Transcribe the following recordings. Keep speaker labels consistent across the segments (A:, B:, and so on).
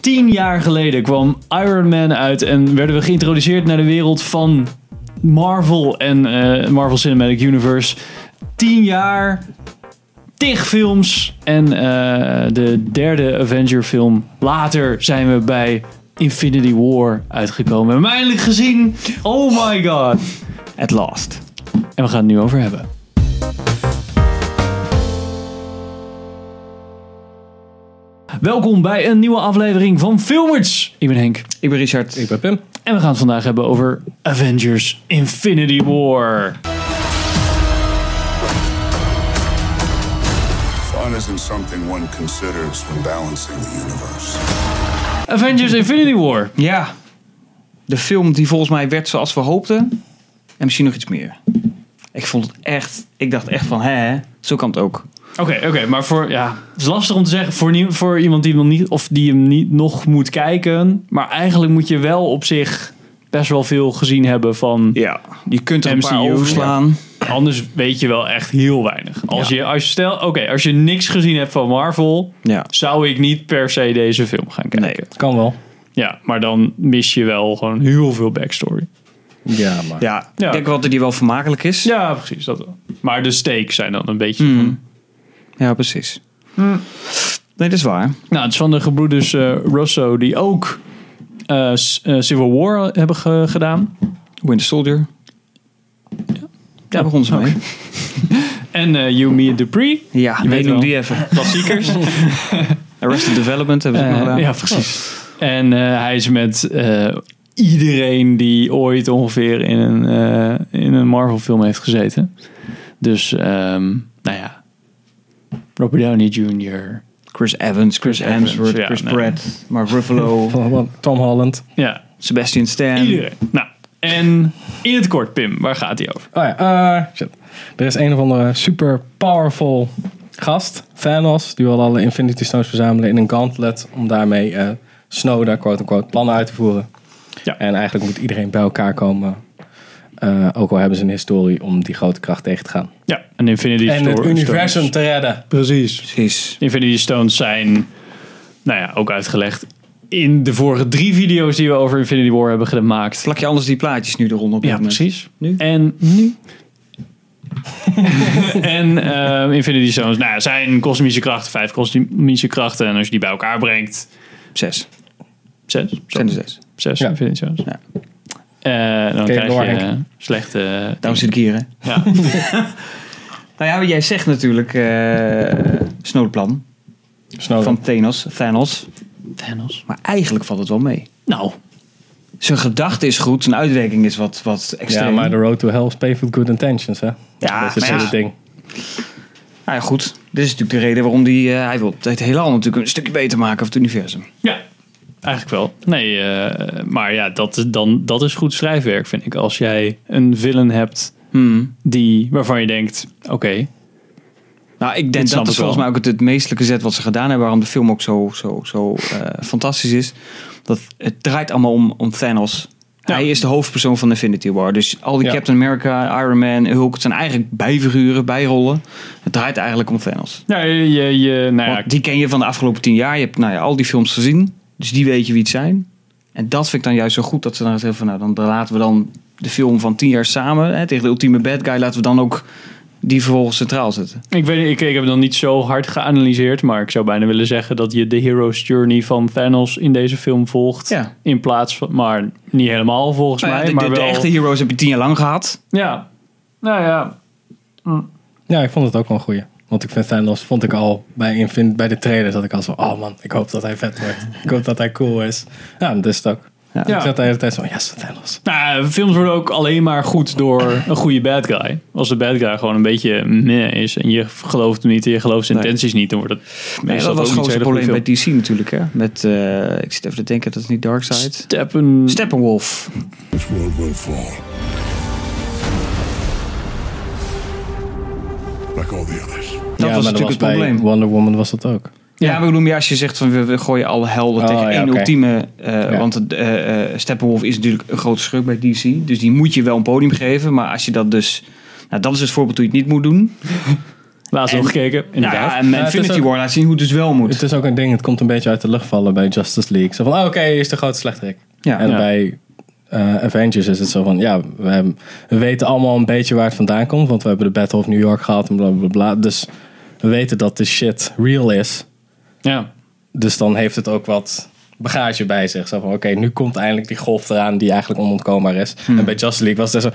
A: tien jaar geleden kwam Iron Man uit en werden we geïntroduceerd naar de wereld van Marvel en eh, Marvel Cinematic Universe. Tien jaar, tig films en eh, de derde Avenger film. Later zijn we bij Infinity War uitgekomen. We hebben hem eindelijk gezien. Oh my god. At last. En we gaan het nu over hebben. Welkom bij een nieuwe aflevering van Filmers. Ik ben Henk.
B: Ik ben Richard. Ik ben Pim.
A: En we gaan het vandaag hebben over Avengers Infinity War.
C: Fun isn't something one considers when balancing the universe.
A: Avengers Infinity War.
B: Ja. De film die volgens mij werd zoals we hoopten. En misschien nog iets meer. Ik vond het echt... Ik dacht echt van, hè, zo kan het ook.
A: Oké, oké, maar voor, ja, het is lastig om te zeggen voor, nie- voor iemand die hem, niet, of die hem niet nog moet kijken. Maar eigenlijk moet je wel op zich best wel veel gezien hebben van.
B: Ja. Je kunt er een paar
A: MCU,
B: overslaan.
A: Anders weet je wel echt heel weinig. Als
B: Ja.
A: je, als je stel, oké, als je niks gezien hebt van Marvel,
B: Ja.
A: zou ik niet per se deze film gaan kijken.
B: Nee.
D: Kan wel.
A: Ja, maar dan mis je wel gewoon heel veel backstory.
D: Ja, maar.
B: Ja.
A: Ja.
B: Ik denk wel dat die wel vermakelijk is.
A: Ja, precies. Dat wel. Maar de stakes zijn dan een beetje.
B: Mm. Ja, precies.
A: Hm.
B: Nee, dat is waar.
A: Nou, het is van de gebroeders eh, Russo, die ook eh, S- eh, Civil War hebben ge- gedaan.
B: Winter Soldier. Ja. Daar begonnen ze mee.
A: En eh You, Me and Dupree.
B: Ja,
A: weet
B: weet
A: wel.
B: noem die even.
A: Klassiekers.
B: Arrested Development hebben ze ook nog
A: Eh,
B: gedaan.
A: ja, precies. En eh, hij is met eh, iedereen die ooit ongeveer in een, eh, in een Marvel film heeft gezeten. Dus, ehm, nou ja. Robert Downey Jr.
B: Chris Evans, Chris,
A: Evans,
B: Hemsworth,
A: ja,
B: Chris
A: nee.
B: Pratt, Mark Ruffalo,
D: Tom- Tom Holland.
A: Ja,
B: Sebastian Stan.
A: iedereen. Nou, en in het kort, Pim, waar gaat hij over?
D: Oh ja, eh, shit. Er is een of andere super powerful gast, Thanos, die wil alle Infinity Stones verzamelen in een gauntlet om daarmee eh, Snowden, quote-unquote, plannen uit te voeren.
A: Ja.
D: En eigenlijk moet iedereen bij elkaar komen, eh, ook al hebben ze een historie om die grote kracht tegen te gaan.
A: Ja, en Infinity
D: en het
A: Stones.
D: universum te redden.
A: Precies.
B: Precies.
A: Infinity Stones zijn, nou ja, ook uitgelegd in de vorige drie video's die we over Infinity War hebben gemaakt.
B: Plak je anders die plaatjes nu eronder op dit
A: Ja,
B: moment.
A: precies.
B: Nu?
A: En nu. en ehm, Infinity Stones nou ja, zijn kosmische krachten, vijf kosmische krachten. En als je die bij elkaar brengt,
B: Zes.
A: zes. Zo,
B: Zijn er zes.
A: Zes
D: Ja.
A: Infinity Stones.
B: Ja.
A: Eh, dan
D: Oké,
A: krijg
D: door,
A: je
D: Henk.
A: eh, slechte...
B: Daarom zit ik hier, hè?
A: Ja.
B: Nou ja, jij zegt natuurlijk eh Snowplan
D: Snowden.
B: van Thanos, Thanos.
A: Thanos.
B: Maar eigenlijk valt het wel mee.
A: Nou,
B: Zijn gedachte is goed, zijn uitwerking is wat, wat extreem.
D: ja, maar the road to hell is paved with good intentions, hè?
B: Ja,
D: dat is het
B: maar ja.
D: hele ding.
B: Nou ja, goed. Dit is natuurlijk de reden waarom die, eh, hij wil het heelal natuurlijk een stukje beter maken of het universum.
A: Ja, eigenlijk wel. Nee, eh, maar ja, dat, is dan, dat is goed schrijfwerk, vind ik. Als jij een villain hebt
B: Hmm.
A: die, waarvan je denkt, oké,
B: Nou, ik
A: snap
B: denk dat
A: ik
B: is volgens
A: wel.
B: mij ook het, het meestelijke zet wat ze gedaan hebben. Waarom de film ook zo, zo, zo eh, fantastisch is. Dat het draait allemaal om, om Thanos. Hij is de hoofdpersoon van Infinity War. Dus al die
D: Ja.
B: Captain America, Iron Man, Hulk... het zijn eigenlijk bijfiguren, bijrollen. Het draait eigenlijk om Thanos.
A: nou, je, je, nou ja,
B: Want die ken je van de afgelopen tien jaar. Je hebt nou ja, al die films gezien. Dus die weet je wie het zijn. En dat vind ik dan juist zo goed. Dat ze dan zeggen van... nou, dan dan laten we dan de film van tien jaar samen... Hè, tegen de ultieme bad guy... laten we dan ook die vervolgens centraal zetten.
A: ik, weet, niet, ik, ik heb dan niet zo hard geanalyseerd, maar ik zou bijna willen zeggen dat je de hero's journey van Thanos in deze film volgt.
B: Ja.
A: In plaats van, maar niet helemaal volgens
B: Nou ja,
A: mij,
B: de,
A: maar
B: de- de
A: wel.
B: echte heroes heb je tien jaar lang gehad.
A: Ja, nou ja,
D: Ja, ik vond het ook wel een goeie. Want ik vind Thanos, vond ik al bij, Infin- bij de trailer, dat ik al zo, oh man, ik hoop dat hij vet wordt. ik hoop dat hij cool is. Ja, en dat is het ook.
A: Ja.
D: Ik zat de hele tijd zo, yes, Thanos.
A: Nou, ja, films worden ook alleen maar goed door een goede bad guy. Als de bad guy gewoon een beetje meh is en je gelooft hem niet en je gelooft zijn
B: Nee.
A: intenties niet, dan wordt het
B: Nee,
A: meestal
B: dat was
A: ook niet zo'n
B: gewoon het
A: hele goede
B: probleem bij
A: film.
B: DC natuurlijk. Hè? Met, eh, ik zit even te denken, dat is niet Darkseid.
A: Steppen...
B: Steppenwolf.
C: This world will fall. Like all the others.
B: Dat was
D: ja, maar
B: natuurlijk het probleem.
D: bij Wonder Woman was dat ook.
B: ja, maar ik bedoel, meer als je zegt van we, we gooien alle helden
D: Oh,
B: tegen
D: ja,
B: één
D: oké.
B: ultieme. eh,
D: Ja.
B: Want eh, eh, Steppenwolf is natuurlijk een grote schurk bij DC. Dus die moet je wel een podium geven. Maar als je dat dus. Nou, dat is het voorbeeld hoe je het niet moet doen.
A: Laatst
B: En-
A: nog gekeken,
B: Nou
A: inderdaad.
B: ja, en
D: het is
B: Infinity
D: ook-
B: War laat zien hoe het dus wel moet.
D: Het is ook een ding, het komt een beetje uit de lucht vallen bij Justice League. Zo van, oh, oké, hier is de grote slechterik.
B: Ja.
D: en
A: Ja.
D: bij eh, Avengers is het zo van, ja, we, hebben- we weten allemaal een beetje waar het vandaan komt. Want we hebben de Battle of New York gehad en bla bla bla. Dus we weten dat de shit real is.
A: ja.
D: Dus dan heeft het ook wat bagage bij zich. Zo van, oké, nu komt eindelijk die golf eraan die eigenlijk onontkoombaar is. En bij Justice League was het echt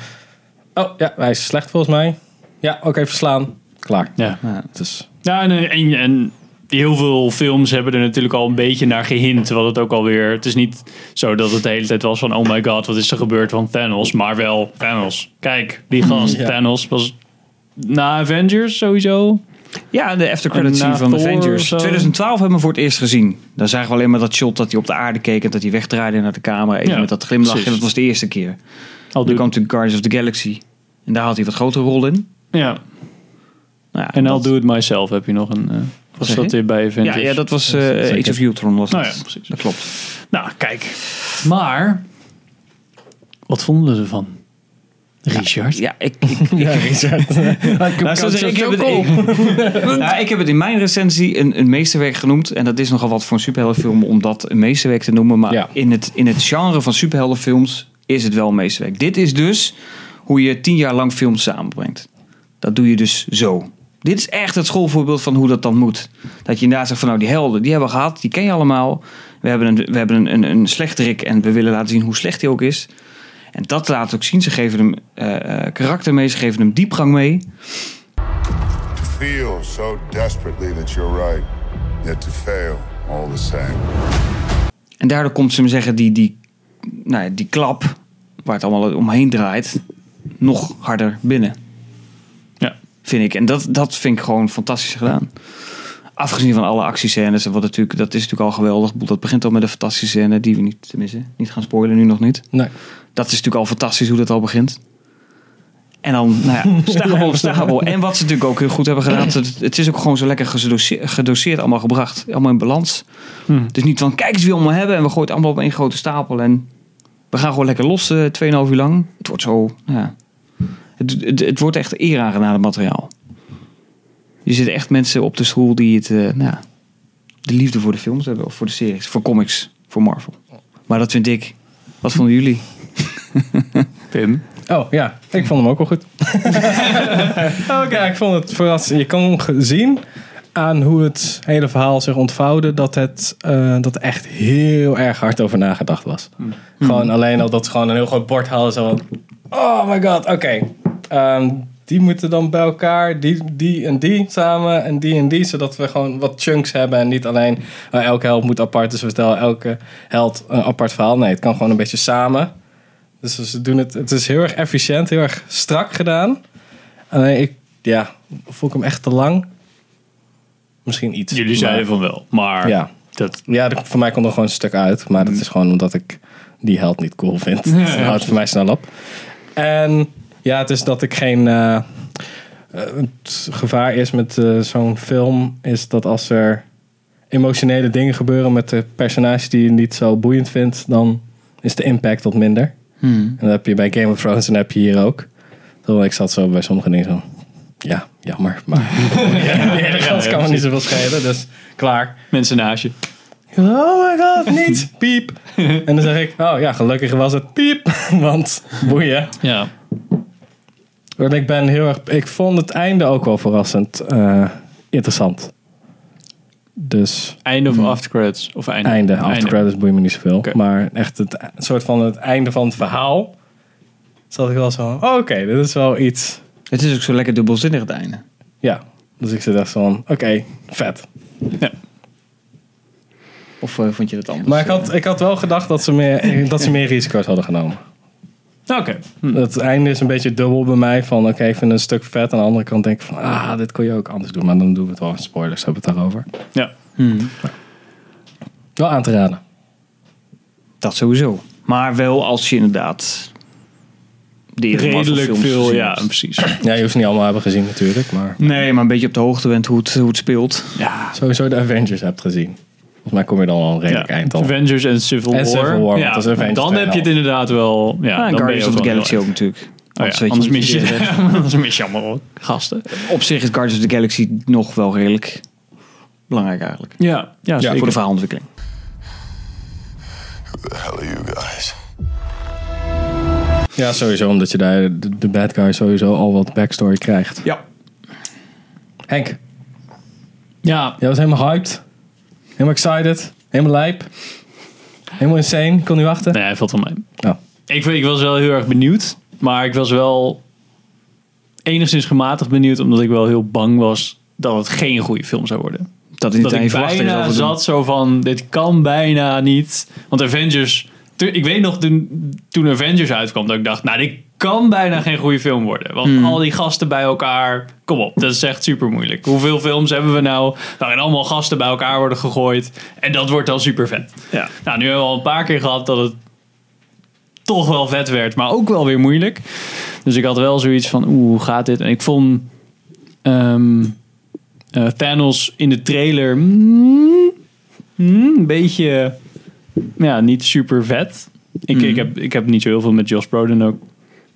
D: zo, oh ja, hij is slecht volgens mij. Ja, oké, verslaan. Klaar.
A: ja.
B: Ja.
D: Dus,
A: Ja, en, en, en heel veel films hebben er natuurlijk al een beetje naar gehint. Terwijl het ook alweer. Het is niet zo dat het de hele tijd was van: oh my god, wat is er gebeurd van Thanos? Maar wel Thanos. Kijk, die gast
D: Ja.
A: Thanos was na Avengers sowieso.
B: Ja, de after
A: En
B: credit scene
A: na
B: van
A: Thor
B: Avengers.
A: of zo.
B: 2012 hebben we voor het eerst gezien. Dan zagen we alleen maar dat shot dat hij op de aarde keek en dat hij wegdraaide naar de camera. Even
A: Ja,
B: met dat glimlachje.
A: precies.
B: Dat was de eerste keer.
A: Al
B: Toen
A: doe
B: kwam natuurlijk Guardians of the Galaxy. En daar had hij wat grotere rol in.
A: Ja.
B: Nou ja,
A: En I'll
B: dat-
A: do it myself heb je nog een. eh, was
B: zeg
A: dat
B: je?
A: weer bij Avengers?
B: Ja, ja, dat was eh,
D: Zeker.
B: Age of Ultron. Was
A: Nou
B: dat.
A: ja, precies.
B: dat klopt.
A: Nou, kijk. Maar. Wat vonden we ervan? Richard?
B: Ja, ik,
A: Nou,
B: ik,
D: ja, Richard. ik
B: Nou, zoals ik, heb het,
D: ook.
B: ik- Nou, ik heb het in mijn recensie een, een meesterwerk genoemd. En dat is nogal wat voor een superheldenfilm om dat een meesterwerk te noemen. Maar
D: Ja.
B: in, het, in het genre van superheldenfilms is het wel een meesterwerk. Dit is dus hoe je tien jaar lang films samenbrengt. Dat doe je dus zo. Dit is echt het schoolvoorbeeld van hoe dat dan moet. Dat je inderdaad zegt van nou die helden, die hebben we gehad. Die ken je allemaal. We hebben een, we hebben een, een, een slechterik en we willen laten zien hoe slecht hij ook is. En dat laat ook zien. Ze geven hem eh, eh, karakter mee, ze geven hem diepgang mee.
C: To feel so desperately that you're right, yet to fail all the same.
B: En daardoor komt ze me zeggen die, die, nou ja, die klap, waar het allemaal omheen draait, nog harder binnen,
A: Ja.
B: vind ik. En dat, dat vind ik gewoon fantastisch gedaan. Afgezien van alle actiescènes, en wat natuurlijk, dat is natuurlijk al geweldig. Ik bedoel, Dat begint al met een fantastische scène, die we niet, tenminste, niet gaan spoilen, nu nog niet.
D: Nee.
B: Dat is natuurlijk al fantastisch hoe dat al begint. En dan, nou ja, stapel op stapel. En wat ze natuurlijk ook heel goed hebben gedaan. Het, het is ook gewoon zo lekker gedoseer- gedoseerd allemaal gebracht. Allemaal in balans.
A: Hmm.
B: Dus niet van, kijk eens wie we allemaal hebben. En we gooien het allemaal op één grote stapel. En we gaan gewoon lekker los, eh 2,5 uur lang. Het wordt zo, nou ja. Het, het, het wordt echt eer aangedaan, het materiaal. Je zit echt mensen op de school die het, eh, nou, ja, de liefde voor de films hebben. Of voor de series, voor comics, voor Marvel. Maar dat vind ik. Wat vonden jullie?
A: Pim.
D: Oh ja, ik vond hem ook wel goed. Oké, ik vond het verrassend. Je kan ge- zien aan hoe het hele verhaal zich ontvouwde dat het eh, dat er echt heel erg hard over nagedacht was. Gewoon alleen al dat ze gewoon een heel groot bord hadden. Zo van, oh my god, oké. ehm, die moeten dan bij elkaar, die, die en die samen en die en die. Zodat we gewoon wat chunks hebben en niet alleen eh, elke held moet apart. Dus we vertellen elke held een apart verhaal. Nee, het kan gewoon een beetje samen. Dus ze doen het, het is heel erg efficiënt, heel erg strak gedaan. Alleen ik, ja, vond ik hem echt te lang. Misschien iets.
A: Jullie zeiden van wel. Maar.
D: Maar- Ja,
A: Dat,
D: ja er- voor mij komt er gewoon een stuk uit. Maar dat is gewoon omdat ik die held niet cool vind. Dat houdt het voor mij snel op. En ja, het is dat ik geen... eh, eh, het gevaar is met eh, zo'n film... is dat als er emotionele dingen gebeuren... met de personage die je niet zo boeiend vindt... dan is de impact wat minder. En dat heb je bij Game of Thrones en dat heb je hier ook. Terwijl ik zat zo bij sommige dingen zo... Ja, jammer, maar... ja, ja, dat kan me niet zoveel schelen, dus klaar.
A: mensen naast je.
D: Oh my god, niet! Piep! En dan zeg ik, oh ja, gelukkig was het piep. Want, boeien.
A: Ja.
D: Want ik ben heel erg... Ik vond het einde ook wel verrassend eh, interessant. Dus,
A: Einde of aftercredits? Of einde?
D: einde. After credits boeien me niet zoveel.
A: Oké.
D: Maar echt het e- soort van het einde van het verhaal... Zat ik wel zo van, oh, oké, dit is wel iets...
B: Het is ook zo lekker dubbelzinnig het einde.
D: Ja, dus ik zit echt zo van, oké, vet.
B: Of eh, vond je het anders?
D: Maar ik had, ik had wel gedacht dat ze meer, dat ze meer risico's hadden genomen.
A: Oké. Hm.
D: Het einde is een beetje dubbel bij mij. Van oké, ik vind het een stuk vet. Aan de andere kant denk ik van, ah, dit kon je ook anders doen. Maar dan doen we het wel in spoilers, hebben we het daarover.
A: Ja.
D: Wel aan te raden.
B: Dat sowieso. Maar wel als je inderdaad... De eerdere
A: Redelijk
B: Marvel-films
A: veel,
B: gezien
A: ja,
B: hebt.
A: precies.
D: Ja, je hoeft ze niet allemaal hebben gezien natuurlijk. Maar
B: Nee, maar een beetje op de hoogte bent hoe het, hoe het speelt.
A: Ja.
D: sowieso de Avengers hebt gezien. Volgens mij kom je dan al een redelijk eind al.
A: Avengers en Civil
D: En
A: War.
D: Civil War, want
A: ja.
D: dat is Avengers
A: dan heb je het
D: 2,5.
A: inderdaad wel. Ja,
B: Ja, en
A: dan ben je
B: Ah, Guardians of the
A: wel
B: Galaxy
A: heel
B: ook natuurlijk. Anders
A: ja,
B: weet
A: anders
B: je niet
A: mis
B: wie
A: je, anders mis je allemaal gasten.
B: Op zich is Guardians of the Galaxy nog wel redelijk belangrijk eigenlijk.
A: Ja, ja,
B: Voor de
A: zeker.
B: verhaalontwikkeling.
C: Who the hell are you guys?
D: Ja, sowieso, omdat je daar de, de bad guy sowieso al wat backstory krijgt.
B: Ja.
D: Henk,
A: Ja,
D: jij was helemaal hyped. Helemaal excited. Helemaal lijp. Helemaal insane. Ik kon niet wachten.
A: nee, hij valt wel mee.
D: Nou,
A: Ik, ik was wel heel erg benieuwd, maar ik was wel enigszins gematigd benieuwd, omdat ik wel heel bang was dat het geen goede film zou worden.
B: Dat is niet
A: dat
B: aan je
A: ik
B: verwachting
A: bijna zat zo van, dit kan bijna niet. Want Avengers, tu- ik weet nog toen, toen Avengers uitkwam, dat ik dacht, nou dit kan bijna geen goede film worden. Want
B: Hmm.
A: al die gasten bij elkaar, kom op, dat is echt super moeilijk. Hoeveel films hebben we nou waarin allemaal gasten bij elkaar worden gegooid en dat wordt dan super vet.
B: Ja.
A: Nou, nu hebben we al een paar keer gehad dat het toch wel vet werd, maar ook wel weer moeilijk. Dus ik had wel zoiets van, oeh, hoe gaat dit? En ik vond ehm, eh, Thanos in de trailer mm, mm, een beetje, ja, niet super vet. Ik, ik, heb, ik heb niet zo heel veel met Josh Broden ook.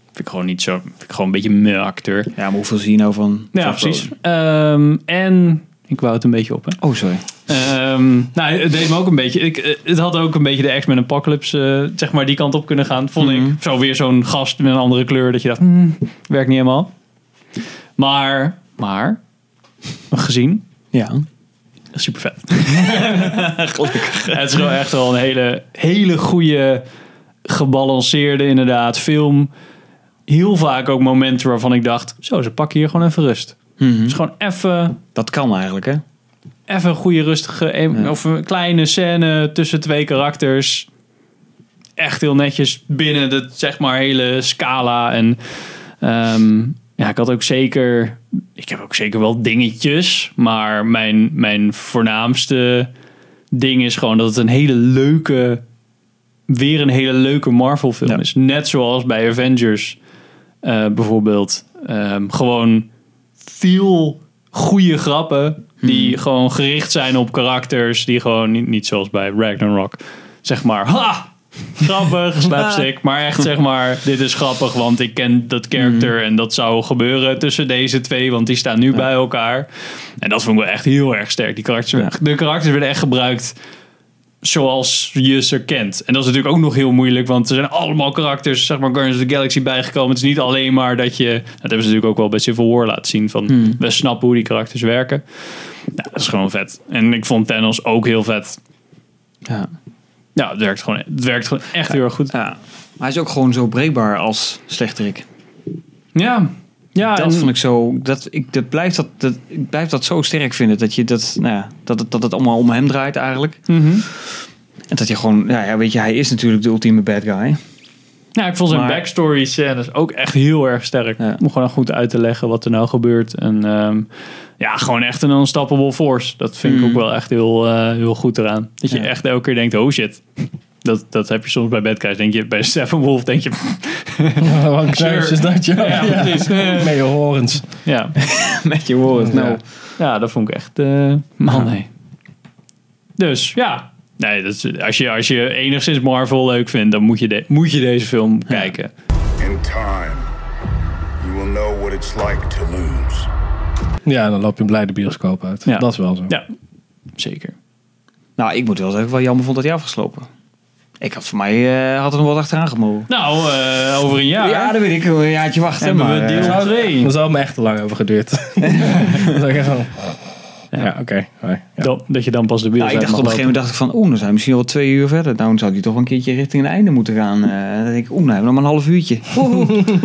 A: Vind ik gewoon niet zo, vind ik gewoon een beetje een meh acteur.
B: Ja, maar hoeveel zie je nou van?
A: Ja,
B: van
A: precies. Ehm, en, ik wou het een beetje op, hè.
B: Oh, sorry.
A: Ehm, nou, het deed me ook een beetje. Ik, eh, het had ook een beetje de X-Men Apocalypse, eh, zeg maar, die kant op kunnen gaan. Vond ik. Zo weer zo'n gast met een andere kleur dat je dacht, hmm, werkt niet helemaal. Maar, maar, gezien,
B: Ja.
A: super vet. Gelukkig. Het is wel echt wel een hele, hele goede, gebalanceerde inderdaad film. Heel vaak ook momenten waarvan ik dacht, zo, ze pakken hier gewoon even rust. Het is gewoon even
B: Dat kan eigenlijk, hè?
A: even een goede rustige em- of een kleine scène tussen twee karakters. Echt heel netjes binnen de zeg maar hele scala en ehm, ja, ik had ook zeker ik heb ook zeker wel dingetjes, maar mijn mijn voornaamste ding is gewoon dat het een hele leuke weer een hele leuke Marvel film
B: Ja.
A: is. Net zoals bij Avengers eh, bijvoorbeeld. Ehm, gewoon veel goede grappen die gewoon gericht zijn op karakters die gewoon niet, niet zoals bij Ragnarok zeg maar ha grappig slapstick maar echt zeg maar dit is grappig want ik ken dat character en dat zou gebeuren tussen deze twee want die staan nu bij elkaar en dat vond ik wel echt heel erg sterk die karakters
B: Ja.
A: de karakters werden echt gebruikt zoals je ze kent. En dat is natuurlijk ook nog heel moeilijk, want er zijn allemaal karakters, zeg maar Guardians of the Galaxy bijgekomen. Het is niet alleen maar dat je, dat hebben ze natuurlijk ook wel bij Civil War laten zien, van we snappen hoe die karakters werken. Ja, dat is gewoon vet. En ik vond Thanos ook heel vet.
B: Ja.
A: Ja, het werkt gewoon, het werkt gewoon echt heel erg goed.
B: ja. Maar hij is ook gewoon zo breekbaar als slechterik.
A: Ja, ja.
B: dat
A: Ah, en-
B: vond ik zo. Dat, ik, dat blijf dat, dat, ik blijf dat zo sterk vinden. Dat, je dat, nou ja, dat, het, dat het allemaal om hem draait eigenlijk.
A: Mhm.
B: En dat je gewoon. Ja, ja, weet je, hij is natuurlijk de ultieme bad guy.
A: Ja, ik vond zijn
B: Maar-
A: backstory scènes ook echt heel erg sterk.
B: Ja.
A: Om gewoon goed uit te leggen wat er nou gebeurt. En ehm, ja, gewoon echt een unstoppable force. Dat vind ik ook wel echt heel, eh, heel goed eraan. Dat je
B: Hmm. Ja.
A: echt elke keer denkt, oh shit. Dat, dat heb je soms bij bad guys. Denk je, bij Steppenwolf denk je...
D: wat kneus is dat, joh?
A: Ja,
D: Ja.
A: precies. Ja.
D: Met je horens.
A: Ja.
B: Met je woord. Nou,
D: Ja.
A: ja, dat vond ik echt... eh, man, nee. Dus ja... Nee, dat is, als, je, als je enigszins Marvel leuk vindt, dan moet je, de- moet je deze film kijken.
C: In time, you will know what it's like to lose.
D: Ja, dan loop je blij de bioscoop uit.
A: Ja.
D: Dat is wel zo.
A: Ja, zeker.
B: nou, ik moet wel zeggen, wel jammer vond dat hij afgeslopen. Ik had voor mij eh, had er nog wat achteraan gemogen.
A: Nou, eh, over een jaar.
B: Ja, dan weet ik. Een jaartje wachten.
A: hebben
B: maar,
A: we
B: eh,
A: deel 2.
D: Dan zou het me echt te lang hebben geduurd. Dan zou ik echt van... Ja, oké. hoi. Ja.
A: Dat, dat je dan pas de beeld
B: Nou, ik dacht op een gegeven moment dacht ik van, oeh, dan zijn we misschien wel twee uur verder. Nou, dan zou die toch wel een keertje richting het einde moeten gaan. Eh, dan denk ik, oeh, nou hebben we nog maar een half uurtje.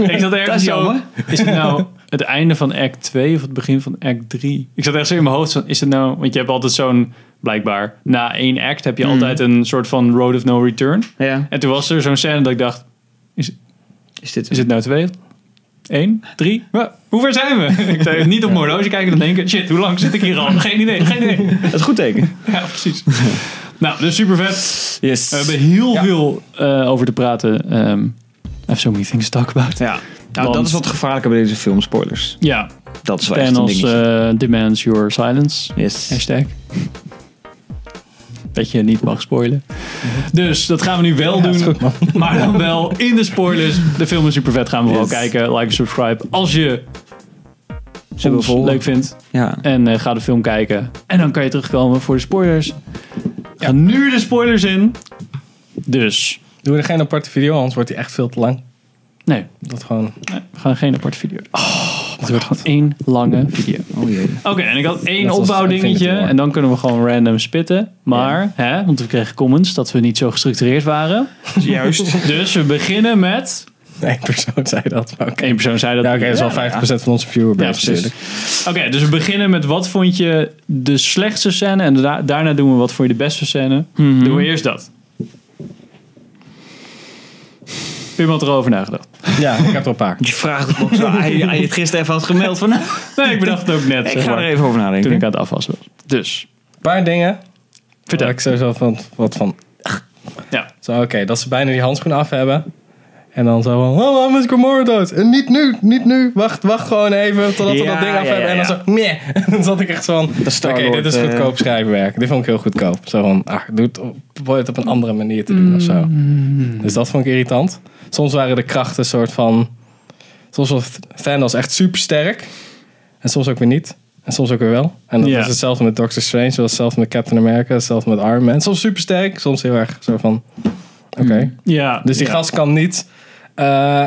A: Ik zat ergens
B: Dat is
A: zo,
B: jammer.
A: Is het nou het einde van act 2 of het begin van act 3? Ik zat echt zo in mijn hoofd van, is het nou... Want je hebt altijd zo'n, blijkbaar, na één act heb je altijd een soort van road of no return.
B: ja,
A: En toen was er zo'n scène dat ik dacht,
B: is dit
A: is het nou 2? 1, 3, hoe ver zijn we? Ik zei niet op mijn horloge kijken en denken, shit, hoe lang zit ik hier al? Geen idee, geen idee.
B: het is goed teken?
A: Ja, precies. Nou, dus super vet.
B: Yes.
A: We hebben heel veel eh, over te praten. Ehm I have so many things to talk about.
B: ja. Nou,
A: Want-
B: dat is wat gevaarlijker bij deze film, spoilers.
A: Ja,
B: Dat is wel echt een
A: Thanos
B: dingetje.
A: eh, demands your silence.
B: yes.
A: Hashtag. dat je niet mag spoilen. Dus dat gaan we nu wel
D: is
A: doen.
D: goed, man.
A: Maar dan wel in de spoilers. De film is super vet. Gaan we
B: Yes.
A: vooral kijken. Like, subscribe. Als je
B: we
A: ons
B: volgen?
A: leuk vindt.
B: Ja.
A: En eh, ga de film kijken. En dan kan je terugkomen voor de spoilers. Ga nu de spoilers in. Dus,
D: Doe er geen aparte video, anders wordt die echt veel te lang.
A: nee.
D: Dat gewoon...
A: nee, we gaan geen aparte video. doen. Oh, het wordt gewoon één lange video.
B: Oh jee.
A: Oké, en ik had één
D: Net als
A: opbouwdingetje.
D: Infinity War.
A: En dan kunnen we gewoon random spitten. Maar, hè, want we kregen comments dat we niet zo gestructureerd waren.
B: Juist.
A: Dus we beginnen met...
D: Nee, persoon zei dat, maar oké.
A: Eén persoon zei dat...
D: Ja, oké, dat is al 50% van onze viewerbase
A: Ja, precies.
D: natuurlijk.
A: Oké, dus we beginnen met wat vond je de slechtste scène en da- daarna doen we wat vond je de beste scène.
D: Mhm.
A: Doen we eerst dat. Pim had erover nagedacht.
D: Ja, ik heb er een paar.
B: Je vraagt het nog zo. Hij, hij het gisteren even had gemeld van... nou,
A: Nee, ik bedacht het ook net.
B: ik
A: zeg
B: ga
A: maar,
B: er even over
A: toen ik
B: nadenken.
A: aan het afwassen was. Dus,
D: Een paar dingen
A: vertel.
D: waar Oh, ik sowieso van, wat van...
A: Ja.
D: Zo, oké, dat ze bijna die handschoen af hebben. En dan zo van, oh, waarom is Gamora dood? En niet nu, niet nu. Wacht, wacht gewoon even totdat we
B: Ja,
D: dat ding af
B: ja,
D: hebben.
B: ja,
D: En dan
B: ja.
D: zo, meh. En dan zat ik echt zo van, oké,
B: Star-Lord,
D: dit is
B: eh.
D: goedkoop schrijverwerk. Dit vond ik heel goedkoop. Zo van, ah, doe het op, probeer het op een andere manier te doen of zo. Dus dat vond ik irritant. Soms waren de krachten soort van... Soms was Thanos echt super sterk. En soms ook weer niet. En soms ook weer wel. En dat
A: Ja.
D: is hetzelfde met Doctor Strange. Dat is hetzelfde met Captain America. Hetzelfde met Iron Man. Soms super sterk. Soms heel erg zo van... Oké.
A: Ja,
D: Dus die
A: Mm. ja.
D: gast kan niet eh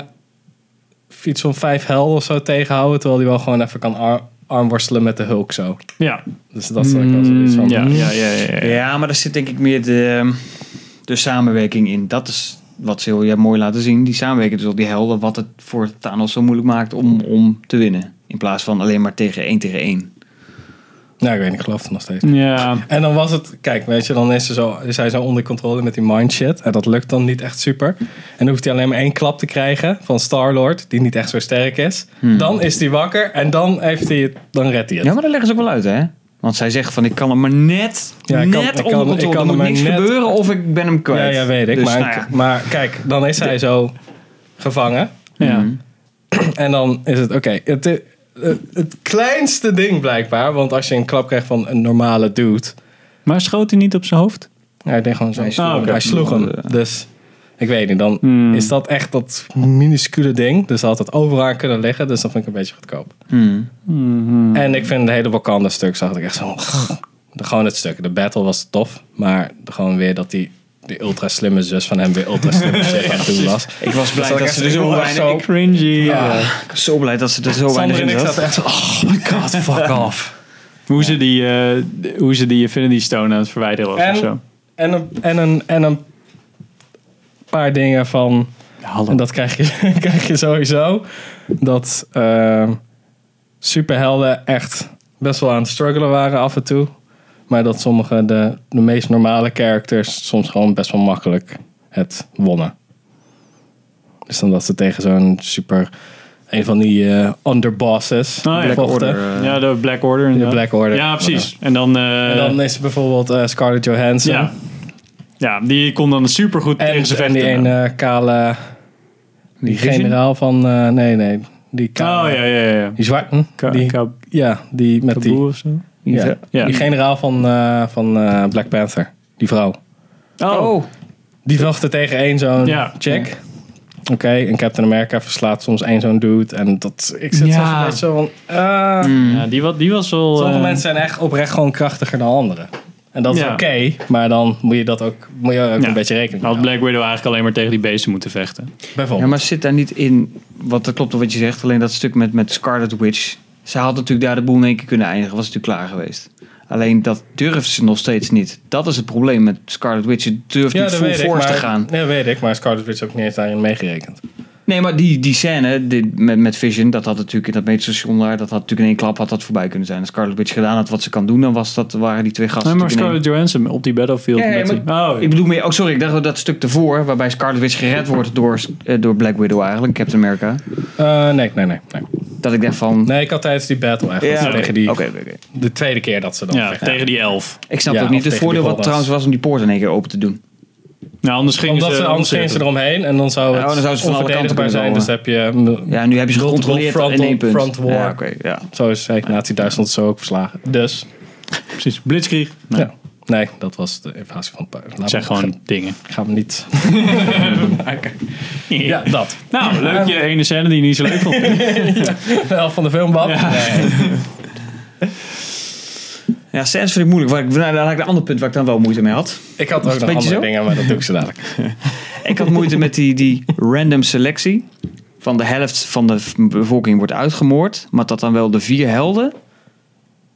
D: iets van vijf hel of zo tegenhouden. Terwijl hij wel gewoon even kan ar- armworstelen met de Hulk zo.
A: Ja.
D: Dus dat is wel zoiets van.
A: Mm, Ja, ja, ja, ja, ja.
B: Ja, maar daar zit denk ik meer de, de samenwerking in. Dat is wat ze heel ja, mooi laten zien. Die samenwerking tussen die helden. Wat het voor Thanos zo moeilijk maakt om, om te winnen. In plaats van alleen maar tegen één tegen één.
D: Nou, ik weet niet, ik geloof het nog steeds.
A: Ja.
D: En dan was het, kijk, weet je, dan is, ze zo, is hij zo onder controle met die mind shit. En dat lukt dan niet echt super. En dan hoeft hij alleen maar één klap te krijgen van Star-Lord, die niet echt zo sterk is. Dan is hij wakker en dan, heeft hij het, dan redt hij het.
B: Hmm. Ja, maar dat leggen ze ook wel uit, hè? Want zij zegt van, ik kan hem maar net,
D: Ja, ik kan-
B: net
D: ik kan-
B: onder
D: ik
B: controle.
D: kan
B: er
D: hem
B: moet
D: maar
B: niks
D: net-
B: gebeuren of ik ben hem
D: ja,
B: kwijt.
D: ja, weet ik.
B: Dus,
D: maar,
B: nou ja.
D: maar kijk, dan is hij zo gevangen.
A: Ja.
D: Mhm. En dan is het oké. Het, i- het, het kleinste ding blijkbaar. Want als je een klap krijgt van een normale dude.
A: Maar schoot hij niet op zijn hoofd?
D: Ja, ik denk gewoon zo. Hij sloeg,
A: sloeg
D: hem.
A: hem.
D: Hij sloeg hem. Dus ik weet niet. Dan
A: Hmm.
D: is dat echt dat minuscule ding. Dus hij had het overal aan kunnen liggen. Dus dat vind ik een beetje goedkoop.
B: Hmm.
D: En ik vind het hele Wakanda stuk. Zag ik echt zo. Gewoon het stuk. De battle was tof. Maar gewoon weer dat die. De ultra slimme zus van hem weer ultra slimme shit aan het doen was.
B: Ik was blij
D: zat
B: dat,
D: ik echt
B: ze er zo
D: heel erg
B: weinig...
D: zo-
B: Ik,
A: Cringy.
B: Oh. ja, ik was zo blij dat ze er zo
D: Sander en
B: Oh, weinig
D: ik
B: in zat.
D: zaten echt zo. Oh my god, fuck off.
A: Hoe, ze die, eh, d- hoe ze die Infinity Stone aan het verwijderen was
D: En-
A: of zo.
D: En een, en een, en een paar dingen van.
A: Hallo.
D: En dat krijg je, krijg je sowieso. Dat ehm, superhelden echt best wel aan het struggelen waren af en toe. Maar dat sommige, de, de meest normale characters, soms gewoon best wel makkelijk het wonnen. Dus dan dat ze tegen zo'n super. Een van die eh, underbosses.
A: Oh, Ah, ja.
D: vochten.
B: Black Order, eh,
A: ja, de Black Order.
D: De
A: inderdaad.
D: Black Order.
A: Ja, precies. En dan... eh,
D: En dan is er bijvoorbeeld eh, Scarlett Johansson.
A: ja. ja, die kon dan supergoed
D: En,
A: tegen ze
D: en
A: vechten. nou?
D: die ene eh, kale. Die
B: Vision?
D: generaal van. eh, nee, nee. Die kale.
A: Oh ja, ja, ja.
D: Die zwarte. eh, die, ja, die met die.
A: of zo.
D: Ja,
A: Ja.
D: Die generaal van, eh, van eh, Black Panther. Die vrouw.
A: Oh,
D: Die vochten tegen één zo'n
A: Ja.
D: chick. Oké, en Captain America verslaat soms één zo'n dude. En dat. Ik zit
A: Ja. Mm.
D: zelfs een beetje zo van. eh,
A: ja, die, wa- die was wel...
D: Sommige
A: eh,
D: mensen zijn echt oprecht gewoon krachtiger dan anderen. En dat is
A: Ja.
D: oké, maar dan moet je dat ook, moet je er ook
A: Ja. Nou,
D: een beetje rekening mee
A: Had
D: houden.
A: Black Widow eigenlijk alleen maar tegen die beesten moeten vechten.
B: Ja,
D: Bijvoorbeeld.
B: maar zit daar niet in... Want dat klopt wel wat je zegt. Alleen dat stuk met, met Scarlet Witch. Ze had natuurlijk daar de boel in één keer kunnen eindigen. Was het natuurlijk klaar geweest. Alleen dat durft ze nog steeds niet. Dat is het probleem met Scarlet Witch. Ze durft niet full force
D: maar,
B: te gaan.
D: Nee, dat weet ik, maar Scarlet Witch is ook niet eens daarin meegerekend.
B: Nee, maar die, die scène die, met, met Vision, dat had natuurlijk in dat metrostation daar, dat had natuurlijk in één klap had dat voorbij kunnen zijn. Als Scarlet Witch gedaan had wat ze kan doen, dan was dat, waren die twee gasten.
A: Nee, maar
B: natuurlijk in
A: Scarlett Johansson op die battlefield.
B: Ja, ja,
A: met die-
B: maar-
A: oh,
B: één- Ik bedoel meer, oh sorry, ik dacht wel dat stuk ervoor, waarbij Scarlet Witch gered wordt door, eh, door Black Widow eigenlijk, Captain America.
D: Eh, nee, nee, nee, nee.
B: Dat ik dacht van...
D: Nee, ik had tijdens die battle echt dat ze
B: oké,
D: tegen die,
B: oké, oké, oké.
D: de tweede keer dat ze dan
A: ja,
D: vechten.
A: tegen die elf.
B: Ik snap
D: Ja,
B: ook
D: of
B: niet het
D: tegen
B: voordeel
D: die
B: wat
D: Goldas.
B: trouwens was om die poort in één keer open te doen.
A: Nou, anders gingen
D: Omdat
A: ze...
D: ze, anders gingen ze eromheen en dan zou
B: Ja, oh,
D: het
B: dan zouden ze van alle kanten
D: onverdedigbaar zijn. Dus
B: kunnen
D: heb je...
B: Ja, nu heb je ze
D: Multiple
B: gecontroleerd
D: front-
B: in één punt.
D: front war.
B: Ja, oké, ja.
D: Zo is eigenlijk Nazi-Duitsland zo ook verslagen. Dus,
A: Precies, blitzkrieg.
D: ja. Nee, dat was de invasie van het puin. Laat
A: Zeg
D: me-
A: gewoon dingen.
D: Ik ga hem niet maken. Ja, dat.
A: Nou, leuk je ene scène die je niet zo leuk vond.
D: De helft van de film wat? Nee.
B: Ja, scènes vind ik moeilijk. Waar ik, nou, daar had ik een ander punt waar ik dan wel moeite mee had.
D: Ik had ook
B: Is het een
D: nog
B: beetje
D: andere
B: zo?
D: dingen, maar dat doe ik zo dadelijk.
B: Ik had moeite met die, die random selectie. Van de helft van de v- bevolking wordt uitgemoord. Maar dat dan wel de vier helden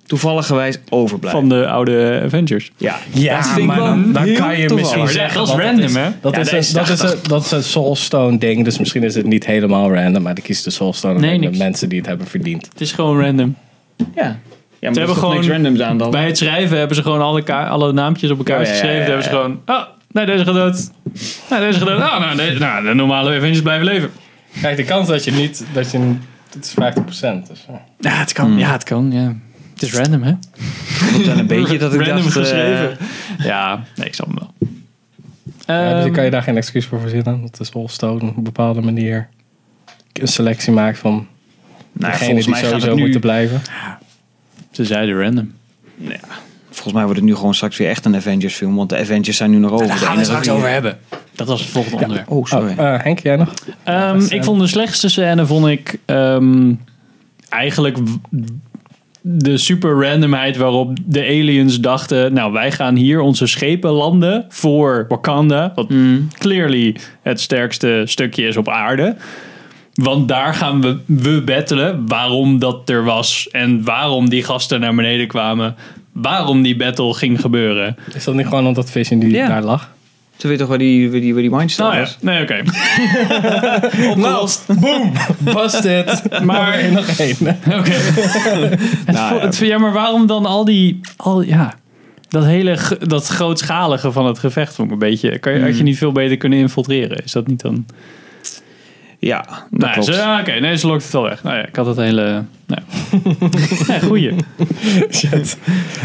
B: toevallig gewijs overblijven.
A: Van de oude Avengers.
B: ja,
D: Ja,
B: dat vind ik
D: maar
B: wel
D: dan, dan
B: heel
D: kan je
B: toevallig.
D: misschien
A: Maar
D: zeggen...
A: dat is
D: want
A: random, hè?
D: Dat,
B: Ja,
D: is
B: dat is
D: een, dat, is een, dat is een Soulstone ding, dus misschien is het niet helemaal random, maar dan kiest de Soulstone
A: Nee,
D: en de
A: niks.
D: mensen die het hebben verdiend.
A: Het is gewoon random.
B: Ja. ja maar
A: Ze
B: er
A: hebben
B: is toch
A: gewoon
B: niks randoms aan dan.
A: Bij het schrijven hebben ze gewoon alle, ka- alle naampjes op elkaar
B: Oh, ja, ja,
A: geschreven.
B: ja,
A: Daar
B: ja.
A: hebben ze gewoon... Oh, nee, deze gaat dood. Nee, deze gaat dood. Oh, nou, de, nou, de normale Avengers blijven leven.
D: Kijk, de kans dat je niet... Dat je, het is 50%. Dus, ja.
A: Ja, het kan. Ja, het kan, ja. Het is random, hè?
B: Tot wel een beetje dat ik
A: Random
B: dacht, eh,
A: geschreven. Ja, nee, ik snap hem wel.
D: Ja, dus
A: Ehm,
D: dan kan je daar geen excuus voor verzinnen. Dat de Soulstone op een bepaalde manier een selectie maakt van
B: nou, ja,
D: degenen
B: volgens
D: die
B: mij gaat
D: sowieso
B: het nu,
D: moeten blijven.
A: Ze zeiden random.
B: Volgens mij wordt het nu gewoon straks weer echt een Avengers film. Want de Avengers zijn nu nog
A: Nou,
B: over. de enige vier.
A: hebben. Dat was het volgende onderwerp.
B: Oh, sorry.
D: Oh, eh, Henk, jij nog?
A: Ehm, ik vond de slechtste scène vond ik ehm, eigenlijk w- de super randomheid waarop de aliens dachten: nou, wij gaan hier onze schepen landen voor Wakanda, wat clearly het sterkste stukje is op aarde. Want daar gaan we, we battelen. Waarom dat er was en waarom die gasten naar beneden kwamen. Waarom die battle ging gebeuren.
D: Is dat niet gewoon omdat Vision die
B: Ja.
D: daar lag?
B: Toen weet je toch waar die, waar die, waar die mindset
A: Nou ja,
B: was?
A: nee, oké.
B: Opgelost.
D: Nou, Busted!
A: Maar
D: maar nog één.
A: Oké. het, vo- het- Nou ja, maar waarom dan al die... Al, ja, dat hele ge- dat grootschalige van het gevecht vond ik een beetje... Kan je, had je niet veel beter kunnen infiltreren? Is dat niet dan...
B: Ja, dat
A: Nou, ja,
B: klopt.
A: ze- ah, Oké, nee, ze lokt het wel weg. Nou ja, ik had dat hele... Nou, ja, goeie.
D: Shit.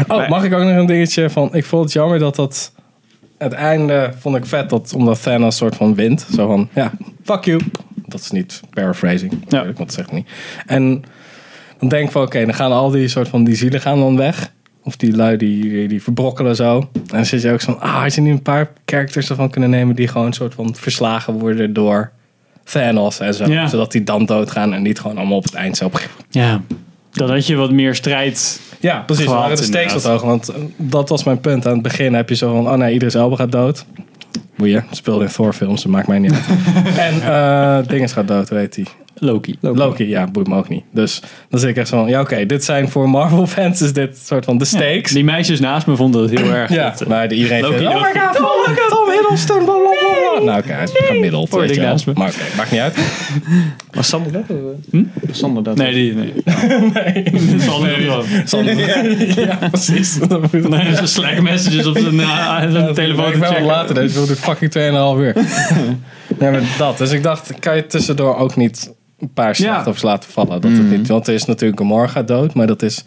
D: Oh, mag ik ook nog een dingetje van... Ik vond het jammer dat dat... Het einde vond ik vet, dat, omdat Thanos soort van wint. Zo van, ja, fuck you. Dat is niet paraphrasing, natuurlijk, want dat zegt niet. En dan denk ik van, oké, dan gaan al die soort van... Die zielen gaan dan weg. Of die lui die, die verbrokkelen zo. En dan zit je ook zo van, ah, had je niet een paar characters ervan kunnen nemen... die gewoon soort van verslagen worden door Thanos en zo.
A: Ja.
D: Zodat die dan doodgaan en niet gewoon allemaal op het eind zo...
A: Ja, dan had je wat meer strijd...
D: Ja, precies.
A: Gehad,
D: Waren de stakes wat
A: inderdaad.
D: hoog. Want eh, dat was mijn punt. Aan het begin heb je zo van... Oh nee, Idris Elba gaat dood. Boeien. Speelde in Thor films. Dat maakt mij niet uit. en eh Dinges gaat dood, weet hij.
A: Loki.
D: Loki. ja, boeit me ook niet. Dus dan zit ik echt zo van... Ja, oké. dit zijn voor Marvel fans is dit soort van de stakes. Ja,
A: Die meisjes naast me vonden het heel erg. dat, eh,
D: maar de- iedereen
A: Loki
D: vindt,
A: dood.
D: Oh my god, oh my god, Tom Hiddleston, blablabla. Nou oké, hij is gemiddeld,
A: Hoorde
D: weet
A: ik
D: je wel.
A: naast me.
D: Maar oké, maakt niet uit.
B: Was Sander dat? eh? Was Sander dat?
A: Hm? Nee, die... Nee. Dat is al heel
D: Sander. ja, precies.
A: Nee, dat zijn slack messages op zijn, eh, zijn telefoon
D: Ik
A: te
D: ben wel
A: checken.
D: later, deze wil dit fucking 2,5 uur. nee, maar dat. Dus ik dacht, kan je tussendoor ook niet een paar slachtoffers laten vallen? Dat het niet, want er is natuurlijk Gamora dood, maar dat is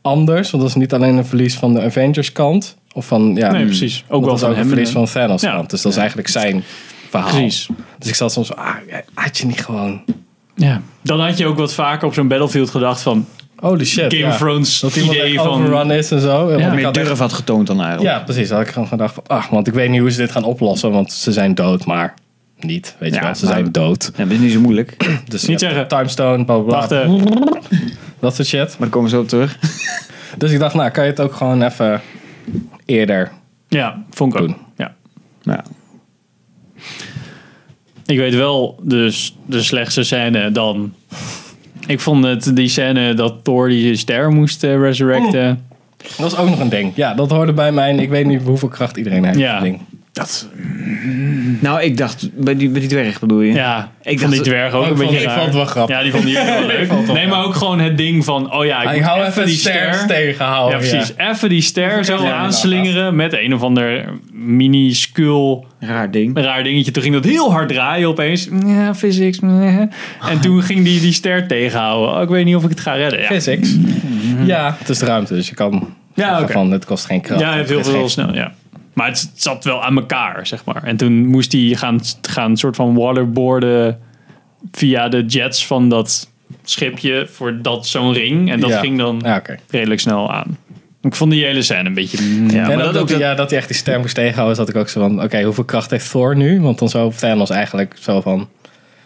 D: anders. Want dat is niet alleen een verlies van de Avengers kant. Of van, ja, mm.
A: Nee, precies. Ook
D: dat
A: wel
D: is
A: van
D: ook een
A: hem,
D: verlies
A: eh.
D: van Thanos
A: Ja.
D: kant. Dus dat is eigenlijk zijn verhaal.
A: Precies.
D: Dus ik zat soms, van, ah, had je niet gewoon...
A: Ja. Dan had je ook wat vaker op zo'n battlefield gedacht van...
D: Holy shit.
A: Game
D: ja.
A: of Thrones
D: Dat iemand
A: idee
D: echt
A: van-
D: overrun is en zo. Want ik
B: Meer
D: had echt-
B: durf had getoond dan eigenlijk.
D: Ja, precies. Had ik gewoon gedacht van, ach, want ik weet niet hoe ze dit gaan oplossen, want ze zijn dood, maar niet. Weet je
B: Ja,
D: wel, ze
B: maar-
D: zijn dood.
B: Ja, dat is niet zo moeilijk. Maar
D: Dus
A: Niet
D: ja,
A: zeggen.
D: Timestone, bla bla, bla
A: Wacht, eh,
D: dat soort shit.
B: daar komen we zo op terug.
D: Dus ik dacht, nou, kan je het ook gewoon even eerder
A: ja, vond ik ook.
D: Doen.
A: Ja.
B: Nou Ja.
A: Ik weet wel dus de slechtste scène dan. Ik vond het die scène dat Thor die ster moest eh, resurrecten.
D: Dat is ook nog een ding. Ja, dat hoorde bij mijn, ik weet niet hoeveel kracht iedereen heeft.
A: Ja.
D: Ding.
B: Nou, ik dacht, bij die, bij die dwerg bedoel je?
A: Ja, ik vond
B: dacht-
A: die dwerg ook
D: ik
A: een
D: vond-
A: beetje
D: ik
A: raar.
D: vond het wel grappig.
A: Ja, die vond die ook wel leuk.
D: vond het wel
A: nee, maar ook gewoon het ding van, oh ja, ik,
D: Ah, Ik,
A: moet
D: hou
A: even,
D: even
A: die
D: die ster Oh, tegenhouden.
A: Ja, precies. Even die ster zo
D: Ja,
A: aanslingeren met een of ander minuscuul
B: Raar ding. Nou
A: een raar dingetje. Toen ging dat heel hard draaien opeens. Ja, physics. meh. En toen ging die die ster tegenhouden. Oh, ik weet niet of ik het ga redden. Ja,
D: Physics. Ja, het is de ruimte, dus je kan
A: Mhm. ja
D: zeggen
A: oké.
D: van, het kost geen kracht.
A: Ja, hij heeft heel
D: Het Oh, is
A: veel
D: geen-
A: snel, ja. Maar het zat wel aan elkaar, zeg maar. En toen moest hij gaan, gaan soort van waterboarden via de jets van dat schipje voor dat zo'n ring. En dat
D: Ja.
A: ging dan
D: Ja, oké.
A: redelijk snel aan. Ik vond die hele scène een beetje... mm,
D: Ja,
B: maar
D: en
B: dat
D: dat, dat,
B: ook dat-
D: ja, dat hij echt die stem moest tegenhouden, zat ik ook zo van, oké, hoeveel kracht heeft Thor nu? Want dan zou Thanos eigenlijk zo van,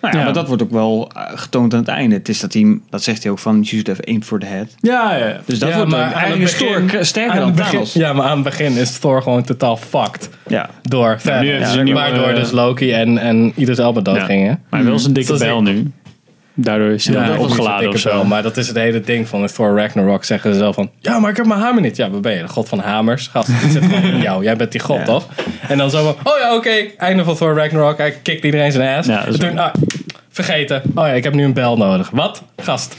B: Nou ja,
A: Ja.
B: maar dat wordt ook wel eh, getoond aan het einde. Het is dat hij, dat zegt hij ook van, you should have aimed for the head.
A: Ja, ja.
B: Dus dat
D: Ja,
B: wordt
D: maar
B: dan
D: aan
B: eigenlijk
D: het begin-
B: sterker, sterker
D: aan
B: dan
D: het begin-
B: Thanos.
D: Ja, maar aan het begin is Thor gewoon totaal fucked
B: Ja.
D: door Thanos.
A: nu heeft hij
D: Ja,
A: zijn nieuwe-
D: waardoor
B: eh,
D: dus Loki en, en Idris Elba dood
A: Ja.
D: gingen.
A: Maar wel zijn dikke
D: Dat is-
A: bel nu. Daardoor is hij
D: Ja,
A: eh,
D: dat was
A: opgeladen of
D: niet zo'n dikke
A: zo.
D: bel, maar dat is het hele ding van in Thor Ragnarok zeggen ze zelf van... Ja, maar ik heb mijn hamer niet. Ja, waar ben je? De god van hamers. Gast, dit zit gewoon in jou. Jij bent die god,
B: Ja.
D: toch? En dan zo van... Oh ja, oké. Einde van Thor Ragnarok. Hij kikt iedereen zijn ass.
A: Ja, dat is
D: en toen, ah, vergeten. Oh ja, ik heb nu een bel nodig. Wat? Gast.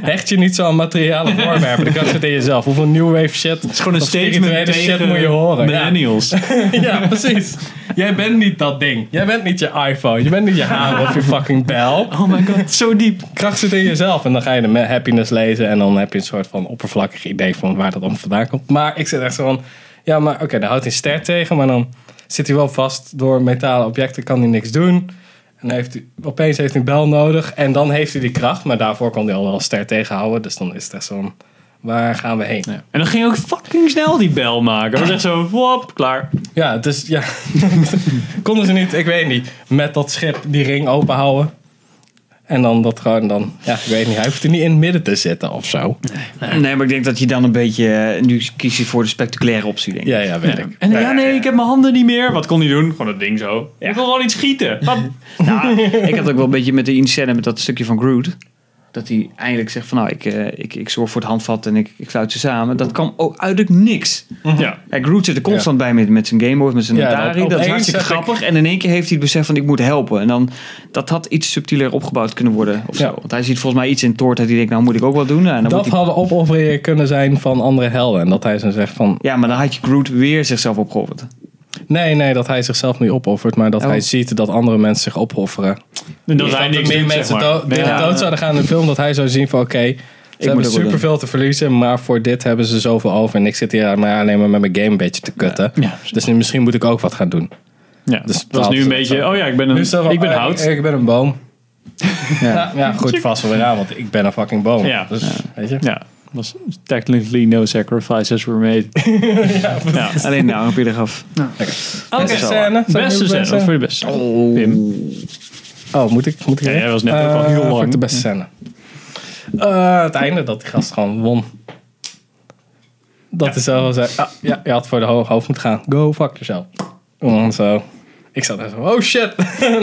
D: Hecht je niet zo aan materialen voorwerpen. Dan kan je het in jezelf. Hoeveel new wave shit...
A: Het is gewoon een
D: of
A: statement
D: spirituele
A: tegen
D: shit moet je horen. Ja.
A: millennials.
D: Ja, precies. Jij bent niet dat ding. Jij bent niet je iPhone. Je bent niet je hamer of je fucking bel
A: Oh my god, zo diep.
D: kracht zit in jezelf. En dan ga je de me- happiness lezen. En dan heb je een soort van oppervlakkig idee van waar dat allemaal vandaan komt. Maar ik zit echt zo van. Ja, maar oké, dan houdt hij een ster tegen. Maar dan zit hij wel vast door metalen objecten. Kan hij niks doen. En dan heeft hij, opeens heeft hij een bel nodig. En dan heeft hij die kracht. Maar daarvoor kan hij al wel een ster tegenhouden. Dus dan is het echt zo'n. Waar gaan we heen?
A: En dan ging je ook fucking snel die bel maken. Dat was echt zo, wop, klaar.
D: Ja, dus ja. Konden ze niet, ik weet niet, met dat schip die ring openhouden. En dan dat gewoon dan. Ja, ik weet niet. Hij hoeft er niet in het midden te zitten of zo.
B: Nee, maar ik denk dat je dan een beetje... eh, Nu kies je voor de spectaculaire optie, denk ik.
D: Ja, ja, weet ik.
A: En ja, nee, ik heb mijn handen niet meer. Wat kon hij doen? Gewoon dat ding zo. Ik wil gewoon iets schieten. Wat?
B: Nou, ik had ook wel een beetje met de incident met dat stukje van Groot. Dat hij eindelijk zegt van nou, ik, eh, ik, ik zorg voor het handvat en ik, ik sluit ze samen. Dat kwam ook uit het niks.
A: Ja.
B: Kijk, Groot zit er constant bij met, met zijn Gameboy, met zijn
D: Ja,
B: Atari. Dat,
D: dat-
B: is
D: opeens
B: hartstikke
D: zeg ik-
B: grappig. En in één keer heeft hij het besef van ik moet helpen. En dan, dat had iets subtieler opgebouwd kunnen worden of zo.
D: Ja.
B: Want hij ziet volgens mij iets in Toort dat hij denkt nou moet ik ook wel doen. En dan moet
D: Dat
B: hij-
D: had een opoffering kunnen zijn van andere helden. En dat hij zo zegt van...
B: ja, maar dan had je Groot weer zichzelf opgeofferd.
D: Nee, nee, dat hij zichzelf niet opoffert. Maar dat
B: Oh.
D: hij ziet dat andere mensen zich opofferen.
A: En dat
D: Dus
A: hij
D: dat er
A: niks
D: meer
A: doet, zeg
D: mensen
A: maar.
D: dood,
A: Ja.
D: dood- dood zouden gaan in de film. Dat hij zou zien van oké... ze
B: moet
D: hebben
B: ook wel
D: superveel te verliezen, maar voor dit hebben ze zoveel over. En ik zit hier maar alleen maar met mijn game een beetje te kutten.
A: Ja, precies.
D: dus nu, misschien moet ik ook wat gaan doen.
A: Ja,
D: Dus
A: dat was nu een
D: dat-
A: beetje,
D: dat-
A: oh ja, ik ben,
D: Nu is dat
A: een,
D: wel-
A: ik ben
D: eh,
A: hout.
D: Ik, ik ben een boom.
B: Ja.
D: Ja, ja goed, vast wel weer aan, want ik ben een fucking boom.
A: Ja.
D: Dus, weet je.
A: Ja, was technically no sacrifices were made. ja,
B: Alleen nou heb je er af.
D: Beste
A: Oké.
D: scène. Zijn we nu
A: Beste
D: bij
A: scène,
D: de
A: wat voor je best?
B: Oh.
A: Pim.
D: Oh, moet ik? Moet ik
A: Ja,
D: erin?
A: jij was net ook al
D: Eh,
A: heel
D: vond ik
A: lang.
D: de beste scène. Eh, het einde dat die gast gewoon won. Dat is zo. zo- ah, ja, je had voor de ho- hoofd moeten gaan. Go fuck yourself. En zo. Ik zat daar zo. Oh shit.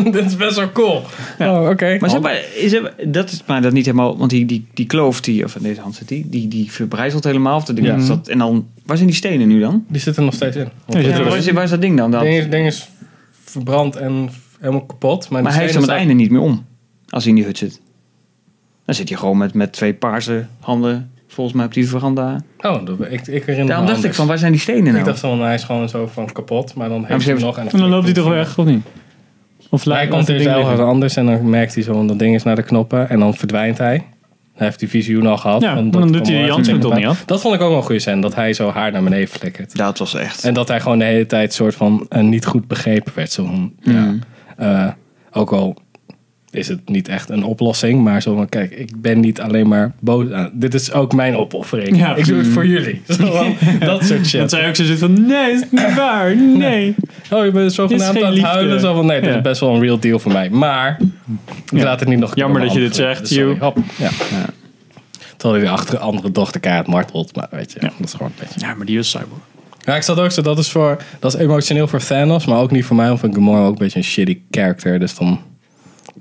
D: Dit is best wel cool. Oh, oké.
B: Maar zeg maar, is er- dat is maar dat niet helemaal, want die, die, die kloof die, of deze hand zit die, die, die verbrijzelt helemaal. Of dat ding
D: Ja.
B: is dat, en dan, waar zijn die stenen nu dan?
D: Die zit er nog steeds in.
A: Ja, zit
B: Ja,
A: er
B: waar, is, waar is dat ding dan? Dat,
D: Het ding, is- ding is verbrand en v- helemaal kapot. Maar,
B: maar hij heeft hem aan
D: hem
B: het einde niet meer om, als hij in die hut zit. Dan zit hij gewoon met, met twee paarse handen, volgens mij op die veranda.
D: Oh, dat- ik, ik
B: Daarom
D: herinner me
B: dacht ik
D: anders.
B: van, waar zijn die stenen
D: Ik
B: nou?
D: dacht van, hij is gewoon zo van kapot. Maar dan heeft
B: misschien
D: hij hem
B: heeft-
D: nog.
A: En dan loopt hij toch weg, of niet? Of
D: hij
A: laat- laat
D: komt
A: het
D: eerst
A: ding
D: ergens
A: liggen?
D: anders en dan merkt hij zo, want dat ding is naar de knoppen en dan verdwijnt hij. Hij heeft die visioen al gehad.
A: Ja,
D: van
A: maar
D: dat
A: dan doet hij
D: allemaal
A: die
D: uit zijn
A: handschoen toch
D: lichaam.
A: niet af?
D: Dat vond ik ook wel een goede scène, dat hij zo haar naar beneden flikkert.
B: Dat was echt.
D: En dat hij gewoon de hele tijd soort van eh, niet goed begrepen werd. Zo van, ja, eh, ook al is het niet echt een oplossing, maar zo van, kijk, ik ben niet alleen maar boos. aan- dit is ook mijn opoffering.
A: Ja.
D: ik doe het voor jullie. Zo van, dat soort shit.
A: Dat zij ook zo zit van, nee, is niet waar, nee.
D: Oh, je bent
A: Dit is
D: zogenaamd
A: geen
D: aan het
A: liefde.
D: huilen. Zo van, nee, dit
A: Ja.
D: is best wel een real deal voor mij. Maar ik
A: Ja.
D: laat het niet nog een keer
A: Jammer
D: op
A: dat
D: mijn
A: je dit
D: handen
A: zegt,
D: liggen.
A: Joe.
D: sorry, hop. Ja. Terwijl hij de achter, andere dochter keihard martelt. Maar weet je, dat is gewoon een beetje...
A: Ja, maar die is cyborg.
D: Ja, ik zat ook zo, dat is, voor, dat is emotioneel voor Thanos, maar ook niet voor mij. Want ik vind Gamora ook een beetje een shitty character. Dus dan...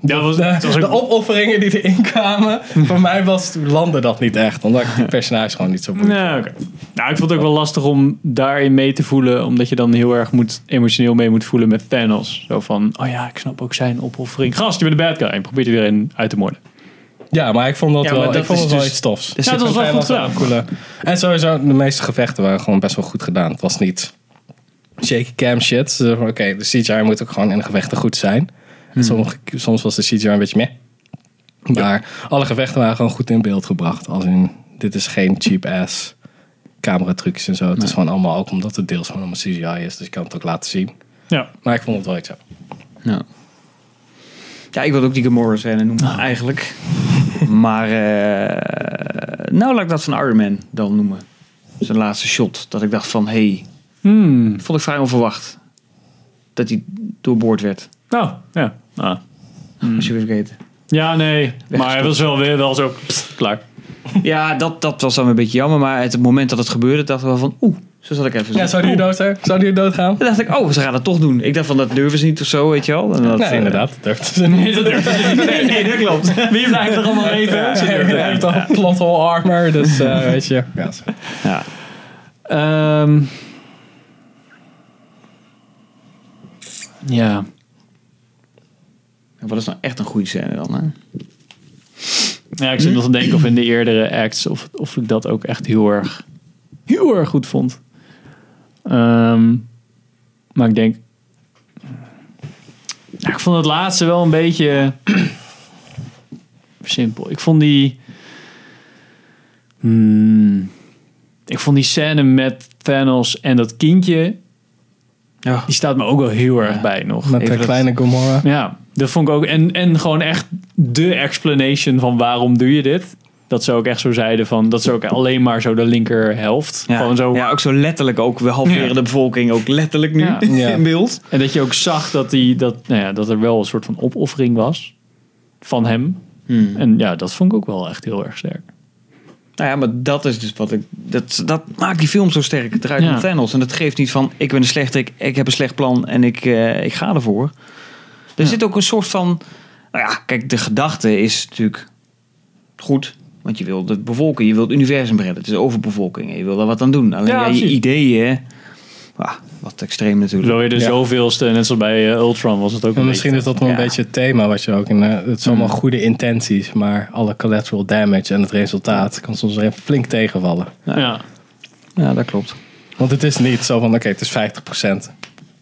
A: Dat was,
D: De,
A: dat was ook-
D: de opofferingen die erin kwamen, voor mij was, landde dat niet echt. Omdat ik die personage gewoon niet zo boeiend
A: Nee, oké. Nou, ik vond het ook wel lastig om daarin mee te voelen. Omdat je dan heel erg moet, emotioneel mee moet voelen met Thanos. Zo van, oh ja, ik snap ook zijn opoffering. Gast, je bent de bad guy. En probeert er weer een uit te moorden.
D: Ja, maar ik vond dat
B: Ja, maar
D: wel,
B: dat
D: ik vond
B: is
D: het wel
B: dus-
D: iets tofs.
A: Ja, dat was wel goed gedaan.
D: Coole. En sowieso, de meeste gevechten waren gewoon best wel goed gedaan. Het was niet shaky cam shit. Ze zeiden van, Oké, de CGI moet ook gewoon in de gevechten goed zijn. En sommige, soms was de CGI een beetje meh. Maar alle gevechten waren gewoon goed in beeld gebracht. Als in, dit is geen cheap ass cameratrucjes en zo. Het is gewoon allemaal ook omdat het deels gewoon allemaal CGI is. Dus je kan het ook laten zien.
A: Ja.
D: Maar ik vond het wel iets. hebben.
B: Ja. Ja, ik wilde ook die Gamora scène noemen, eigenlijk. Maar, eh, nou laat ik dat van Iron Man dan noemen. Zijn laatste shot. Dat ik dacht van, hé, hey,
A: Hmm.
B: dat vond ik vrij onverwacht. Dat hij doorboord werd.
A: Nou, ja. Ah.
B: Als je weer vergeten.
A: Ja, nee. Maar het was wel weer wel zo. pst, klaar.
B: Ja, dat, dat was dan een beetje jammer. Maar het moment dat het gebeurde, dacht ik wel van, oeh, zo zat ik even.
D: Ja, zou die dood zijn? Zou die doodgaan?
B: Dan dacht ik, oh, ze gaan het toch doen. Ik dacht van, dat durven ze niet of zo, weet je wel. En dat,
D: Nee,
B: eh,
D: inderdaad. Dat durft ze niet.
A: Nee, dat durf ik niet. Nee, nee, dat klopt. Wie blijft er allemaal even?
D: Ze heeft al plot hole armor, dus eh, weet je. Ja, zo.
B: Ja.
A: Ehm. ja.
B: En Wat is nou echt een goede scène dan, hè?
A: ja, ik zit nog te denken of in de eerdere acts of, of ik dat ook echt heel erg, heel erg goed vond. Ehm, maar ik denk, ja, ik vond het laatste wel een beetje simpel. Ik vond die, Hmm. ik vond die scène met Thanos en dat kindje,
B: Ja.
A: die staat me ook wel heel erg bij nog.
D: Met
B: Even
D: de
B: dat-
D: kleine Gomorra.
A: Ja, dat vond ik ook. En, en gewoon echt de explanation van waarom doe je dit. Dat ze ook echt zo zeiden van, dat ze ook alleen maar zo de linkerhelft.
B: Ja.
A: Gewoon zo.
B: ja, ook zo letterlijk ook. We halveren
A: Ja.
B: de bevolking ook letterlijk nu
A: Ja.
D: Ja.
B: in beeld.
A: En dat je ook zag dat, die, dat, nou ja, dat er wel een soort van opoffering was van hem. En ja, dat vond ik ook wel echt heel erg sterk.
B: Nou ja, maar dat is dus wat ik... Dat, dat maakt die film zo sterk. Het draait
A: Ja.
B: om Thanos. En dat geeft niet van, ik ben een slechterik, ik heb een slecht plan en ik, eh, ik ga ervoor. Er zit ook een soort van... Nou ja, kijk, de gedachte is natuurlijk goed. Want je wilt het bevolken, je wilt het universum redden. Het is overbevolking en je wil daar wat aan doen. Alleen
A: Ja,
B: ja, je
A: precies.
B: ideeën... ah, wat extreem natuurlijk.
A: Zo je de
D: Ja.
A: zoveelste, net zoals bij eh, Ultron was het ook
D: En
A: een
D: misschien is
A: beetje.
D: dat wel een
B: Ja.
D: beetje het thema wat je ook in. eh, het zijn allemaal goede intenties, maar alle collateral damage en het resultaat kan soms even flink tegenvallen.
A: Ja.
B: Ja, dat klopt.
D: Want het is niet zo van: oké, het is 50%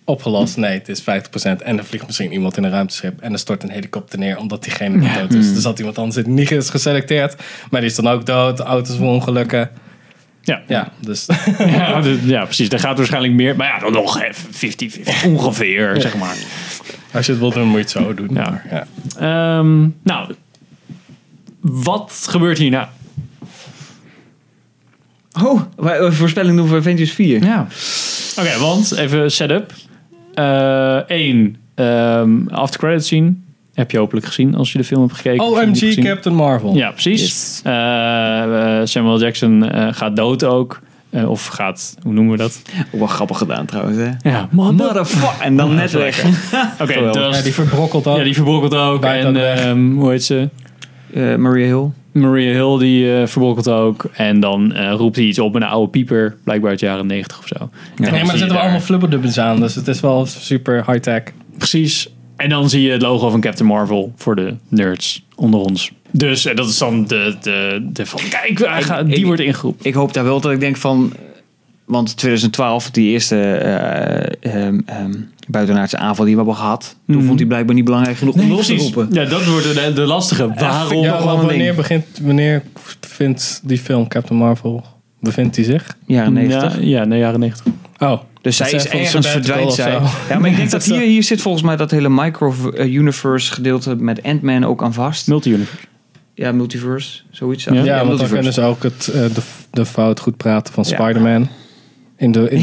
D: opgelost. Nee, het is 50%. En er vliegt misschien iemand in een ruimteschip en er stort een helikopter neer omdat diegene niet dood is. Er zat iemand anders in niet is geselecteerd, maar die is dan ook dood. Auto's voor ongelukken.
A: Ja. Ja.
D: Ja, dus.
A: Ja, dus- ja, precies. Daar gaat waarschijnlijk meer. Maar ja, dan nog eh, 50-50 ongeveer, zeg maar.
D: Als je het wil doen, moet je het zo doen.
A: Ja.
D: Maar, ja.
A: Ehm, nou, wat gebeurt nou? hierna?
B: Oh, wij- wij voorspelling doen voor Avengers 4.
A: Ja. Oké, want even setup. Eén, ehm after credit scene. Heb je hopelijk gezien als je de film hebt gekeken. Als je hem niet
D: OMG
A: gezien-
D: Captain Marvel.
A: Ja, precies.
B: Yes.
A: Eh, eh, Samuel Jackson eh, gaat dood ook. Eh, of gaat, hoe noemen we dat?
B: Ook wel Oh, grappig gedaan trouwens, hè?
A: Ja,
B: Motherfucker. En dan net weg.
A: Oké, dat
D: Ja,
A: was-
D: die verbrokkelt ook.
A: ja, die verbrokkelt ook.
D: Draait
A: en
D: ook weg.
A: ehm, hoe heet ze?
B: Eh, Maria Hill.
A: Maria Hill die eh verbrokkelt ook. En dan eh, roept hij iets op met een oude pieper. Blijkbaar uit de jaren 90 of zo. En dan
D: Nee,
A: zie
D: maar er
A: je
D: zitten wel
A: daar-
D: allemaal flubberdubbens aan, dus het is wel super high-tech.
A: Precies. En dan zie je het logo van Captain Marvel voor de nerds onder ons. Dus eh, dat is dan de, de, de van, kijk, hij gaat- die
B: ik-
A: wordt ingeroepen.
B: Ik hoop daar wel dat ik denk van... Want 2012, die eerste eh ehm, ehm, buitenaardse aanval die we hebben gehad... Toen vond hij blijkbaar niet belangrijk genoeg om los te roepen.
A: Ja, dat wordt de, de lastige.
B: Ah,
A: Waarom?
D: Ja,
B: nog
D: want
B: wel een
D: wanneer,
B: ding.
D: begint, wanneer vindt die film Captain Marvel, bevindt hij zich?
B: Jaren
A: Ja,
B: 90.
A: ja, nee, jaren 90.
D: Oh,
B: Dus zij
D: Dat
B: is
D: zij van
B: ergens
D: sabbatical
B: verdwijnt
D: of
B: zij.
D: zo.
B: Ja, maar ik denk dat hier, hier zit volgens mij dat hele micro-universe gedeelte met Ant-Man ook aan vast.
A: Multi-universe.
B: Ja, multiverse, zoiets.
A: Ja,
D: ja, want dan
B: multiverse.
D: kunnen ze ook het, eh, de, de fout goed praten van
B: Ja.
D: Spider-Man in, de, in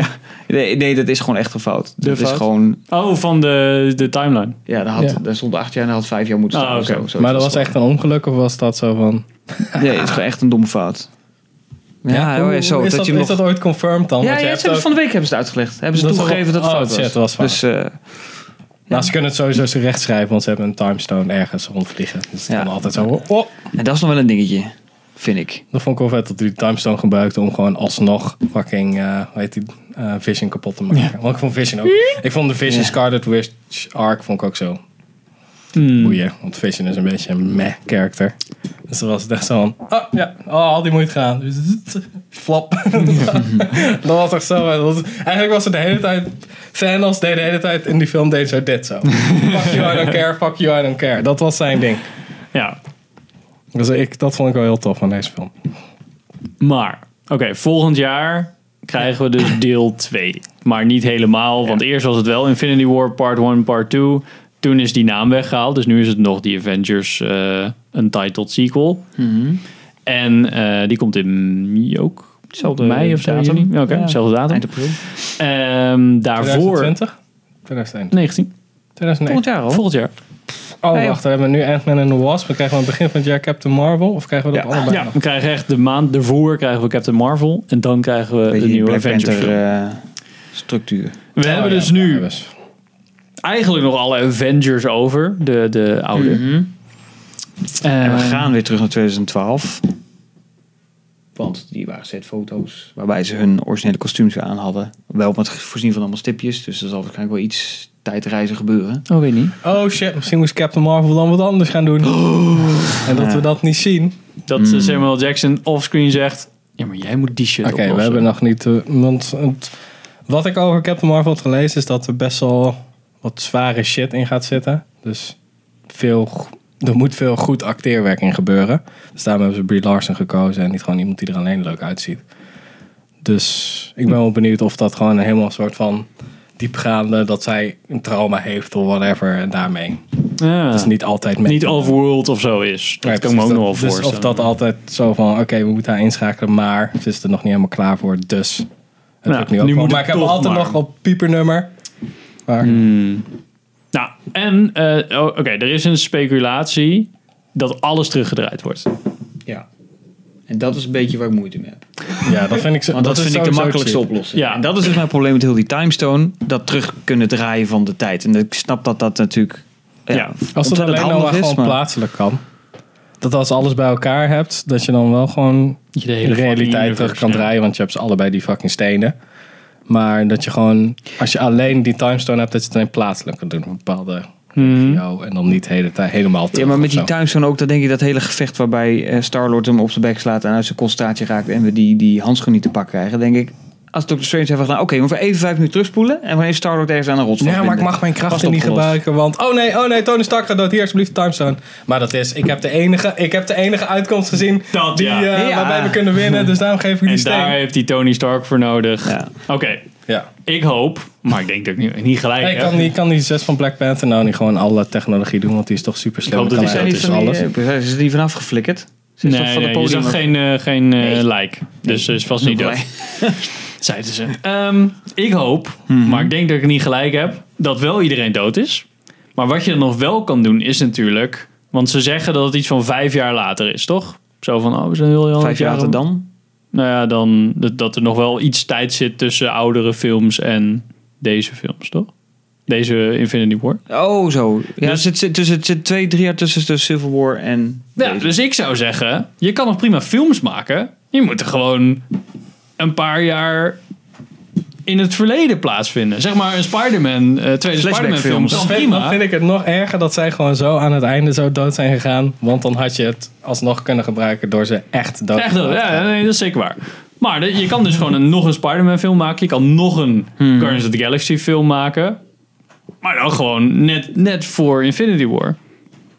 B: Ja. Nee, nee, dat is gewoon echt een fout.
A: De
B: dat
A: fout?
B: is gewoon
A: Oh, van de, de timeline.
B: Ja, daar, had,
D: Ja.
B: daar stond acht jaar en daar had vijf jaar moeten staan.
A: Ah,
B: of
A: oké.
B: zo, zo
D: maar dat
B: iets
D: was echt een ongeluk of was dat zo van...
B: Nee, het is gewoon echt een domme fout. Ja, oh ja,
D: hoe-
B: zo.
D: is,
B: dat,
D: dat,
B: je
D: is
B: nog...
D: dat ooit confirmed dan?
B: ja,
D: Want
B: ja, het
D: je hebt
B: hebben
D: ook-
B: ze van de week hebben ze het uitgelegd. Hebben ze
D: Dat is
B: toegegeven
D: wel-
B: dat het
D: oh,
B: fout was.
D: shit, dat was fout.
B: Dus, eh,
D: Nou, ze kunnen het sowieso ze recht schrijven, want ze hebben een timestone ergens rondvliegen. Dus het
B: Ja.
D: kan altijd zo... Oh,
B: en dat is nog wel een dingetje, vind ik.
D: dat vond ik wel vet dat hij die timestone gebruikte om gewoon alsnog fucking, eh hoe heet die, eh, Vision kapot te maken. Want ik vond Vision ook... Ik vond de Vision
B: Ja.
D: Scarlet Witch arc vond ik ook zo boeien. Want Vision is een beetje een meh character. Dus dan was het echt zo van, oh ja, oh, al die moeite gedaan. Flap. dat was echt zo. hè. Dat was- eigenlijk was het de hele tijd, Thanos deed de hele tijd in die film deed zo dit zo. fuck you, I don't care, fuck you, I don't care. Dat was zijn ding.
A: Ja,
D: Dus ik, dat vond ik wel heel tof van deze film.
A: maar, oké, volgend jaar krijgen we dus deel 2. Maar niet helemaal, want eerst was het wel Infinity War part 1, part 2. Toen is die naam weggehaald, dus nu is het nog die Avengers
B: Mhm.
A: eh Untitled sequel. En eh, die komt in mei ook,
B: Hetzelfde
A: mei of zo,
B: datum.
A: juni. Oké,
B: Ja.
A: hetzelfde datum.
B: Eind april.
A: Ehm, daarvoor
D: 2020? 2021.
A: 19,
D: 2009.
B: Volgend jaar al.
A: volgend jaar.
D: Oh,
B: Nee,
D: wacht. We hebben nu Ant-Man en the Wasp. We krijgen aan het begin van het jaar Captain Marvel. Of krijgen we dat
B: Ja.
D: allebei
A: Ja,
D: nog?
A: we krijgen echt de maand ervoor krijgen we Captain Marvel. En dan krijgen we de
B: Beetje
A: nieuwe
B: Black
A: Avengers
B: Panther
A: film.
B: eh, structuur.
A: We
D: Oh,
A: hebben
D: ja,
A: dus
D: daar
A: nu
D: hebben ze.
A: eigenlijk nog alle Avengers over. De, de oude.
B: En we
A: Ehm,
B: gaan weer terug naar 2012. Want die waren setfoto's. Waarbij ze hun originele kostuums weer aan hadden. Wel met voorzien van allemaal stipjes. Dus er zal waarschijnlijk wel iets tijdreizen gebeuren.
A: Oh, weet niet.
D: Oh shit, misschien moest Captain Marvel dan wat anders gaan doen. en dat we dat niet zien.
A: Dat eh, Samuel Jackson offscreen zegt... Ja, maar jij moet die shit
D: Mm. Oké, we
A: oplossen.
D: hebben nog niet... eh, want het- wat ik over Captain Marvel had gelezen... is dat er best wel wat zware shit in gaat zitten. Dus veel, go- er moet veel goed acteerwerk in gebeuren. Dus daarom hebben ze Brie Larson gekozen... en niet gewoon iemand die er alleen leuk uitziet. Dus ik ben wel benieuwd of dat gewoon helemaal een soort van... diepgaande, dat zij een trauma heeft of whatever... en daarmee.
A: Ja.
D: Dat is niet altijd mee.
A: niet Overworld of zo is. Dat
D: Ja,
A: kan ik me ook
D: precies,
A: nog wel
D: dat- dus
A: voorstellen.
D: Of dat altijd zo van, oké, we moeten haar inschakelen, maar ze is er nog niet helemaal klaar voor, dus het
A: Nou,
D: wordt nu
A: nu
D: ook wel.
A: moet
D: Maar ik
A: het
D: heb
A: toch
D: altijd
A: maar. Hmm.
D: nog op piepernummer. Maar
A: Nou, en... eh, oh, Oké, er is een speculatie dat alles teruggedraaid wordt.
B: Ja. En dat is een beetje waar ik moeite mee heb.
D: ja, dat vind ik, zo-
B: Want dat,
D: is
B: vind ik de
D: sowieso
B: makkelijkste
D: cheap.
B: oplossing.
A: Ja.
B: En dat is dus mijn probleem met heel die timestone. Dat terug kunnen draaien van de tijd. En ik snap dat dat natuurlijk... Ja,
A: Ja.
D: Als dat
B: ontzettend
D: alleen nou nog
B: handig
D: maar gewoon
B: maar-
D: plaatselijk kan. Dat als alles bij elkaar hebt, dat je dan wel gewoon
A: Dat je de
D: in
A: hele
D: de realiteit
A: fucking
D: terug kan
A: universe, ja.
D: draaien, want je hebt ze allebei die fucking stenen. Maar dat je gewoon, als je alleen die timestone hebt, dat je het alleen plaatselijk kan doen. Een bepaalde
A: Hmm.
D: regio en dan niet hele tijd helemaal terug.
B: Ja, maar
D: of
B: met die
D: zo.
B: timezone ook, dat denk ik dat hele gevecht waarbij eh, Star-Lord hem op zijn bek slaat en uit zijn concentratie raakt en we die, die handschoen niet te pakken krijgen, denk ik. Als Doctor Strange heeft gedaan, oké, we moeten even vijf minuten terugspoelen en we gaan even Star-Lord ergens aan een rots
D: Ja, maar ik
B: vastbinden.
D: mag mijn krachten
B: Vast
D: niet
B: opgelost.
D: gebruiken, want... Oh nee, oh nee, Tony Stark gaat dood. Hier, alsjeblieft, de timestone. Maar dat is... Ik heb de enige, ik heb de enige uitkomst gezien
A: Dat,
D: die,
A: ja.
D: eh,
B: Ja.
D: waarbij we kunnen winnen. Dus daarom geef ik die
A: En
D: steen.
A: daar heeft hij Tony Stark voor nodig.
B: Ja.
A: Oké,
D: Ja.
A: ik hoop... Maar ik denk dat ik niet, niet gelijk
D: Hey,
A: heb.
D: kan, die, kan die zes van Black Panther nou niet gewoon alle technologie doen? Want die is toch super slim.
A: hoop dat
D: kan
A: die
B: Zijn
A: Ja,
D: uit
B: die
A: dat
D: tussen
B: van die,
D: alles.
B: eh, zijn ze er niet vanaf geflikkerd? Ze is
A: Nee,
B: toch Dus van
A: nee,
B: de
A: je zag
B: podium af-
A: geen, eh, geen eh,
B: Nee.
A: lijk. Dus ze is vast niet dood. zeiden ze. Ehm, ik hoop,
B: Mhm.
A: maar ik denk dat ik niet gelijk heb, dat wel iedereen dood is. Maar wat je dan nog wel kan doen is natuurlijk... Want ze zeggen dat het iets van vijf jaar later is, toch? Zo van, oh, we zijn heel heel
B: Vijf jaar later dan?
A: Nou ja, dan dat, dat er nog wel iets tijd zit tussen oudere films en deze films, toch? Deze Infinity War.
B: Oh, zo.
A: Dus-
B: Ja, dus het zit, dus het zit twee, drie jaar tussen de Civil War en...
A: Ja, dus ik zou zeggen, je kan nog prima films maken. Je moet er gewoon een paar jaar in het verleden plaatsvinden. Zeg maar een Spider-Man, eh tweede
B: Flashback
A: Spider-Man film.
B: films.
A: Dat
D: Dan
A: is
D: vind, dan
A: prima.
D: vind ik het nog erger dat zij gewoon zo aan het einde zo dood zijn gegaan. Want dan had je het alsnog kunnen gebruiken door ze echt dood
A: Echt,
D: te laten
A: ja, nee, dat is zeker waar. Maar de- je kan dus gewoon een, nog een Spider-Man film maken. Je kan nog een
B: Hmm.
A: Guardians of the Galaxy film maken. Maar dan gewoon net, net voor Infinity War.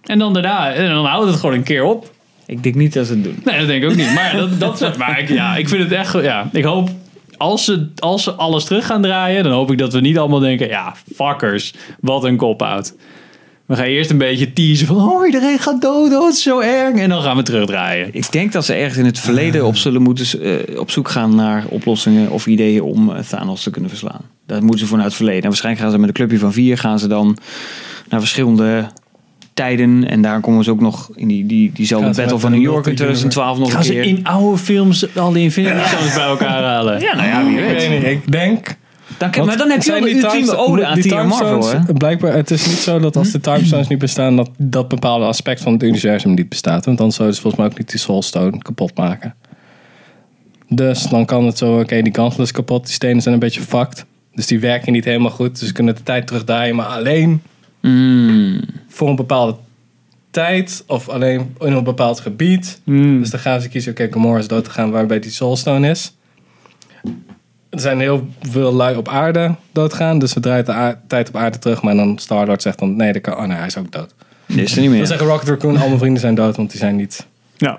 A: En dan daarna, en dan houdt het gewoon een keer op.
B: Ik denk niet dat ze het doen.
A: Nee, dat denk ik ook niet. Maar, dat, dat, maar ik, ja, ik vind het echt... Ja, ik hoop... Als ze, als ze alles terug gaan draaien, dan hoop ik dat we niet allemaal denken... Ja, fuckers. Wat een cop-out. We gaan eerst een beetje teasen van... Oh, iedereen gaat dood. Oh, het is zo erg. En dan gaan we terugdraaien.
B: Ik denk dat ze ergens in het verleden op zullen moeten eh, op zoek gaan naar oplossingen of ideeën om eh, Thanos te kunnen verslaan. Dat moeten ze voor naar het verleden. En waarschijnlijk gaan ze met een clubje van vier gaan ze dan naar verschillende tijden. En daar komen ze ook nog in die, die, diezelfde
D: Gaan ze
B: Battle
D: met
B: van
D: een
B: New York in
D: multi-universe.
B: 2012 nog een
A: Gaan ze
B: keer.
A: in oude films al die Infinity Stones bij elkaar halen?
B: Ja, nou ja, wie
D: Ik weet
B: weet.
D: niet, ik denk...
B: Dan, kan-
D: Oh, Want
B: maar dan heb je
D: zijn
B: wel de
D: die
B: ultieme
D: times-
B: ode aan
D: die
B: TM Marvel, hè? Hm?
D: timestones- Blijkbaar, het is niet zo dat als de timestones niet bestaan, dat dat bepaalde aspect van het universum niet bestaat. Want dan zouden ze volgens mij ook niet die soulstone kapot maken. Dus dan kan het zo, oké, die gansel is kapot, die stenen zijn een beetje fucked. Dus die werken niet helemaal goed, dus ze kunnen de tijd terugdraaien, maar alleen voor een bepaalde tijd of alleen in een bepaald gebied. Dus dan gaan ze kiezen, oké, Gamora is dood te gaan waarbij die Soulstone is. Er zijn heel veel lui op aarde doodgaan, dus we draaien de aar- tijd op aarde terug. Maar dan Star-Lord zegt dan, nee, dat kan, oh, nee, hij is ook dood.
B: Nee, is er niet
D: Dan
B: meer.
D: zeggen Rocket Raccoon, al mijn vrienden zijn dood, want die zijn niet...
A: Ja.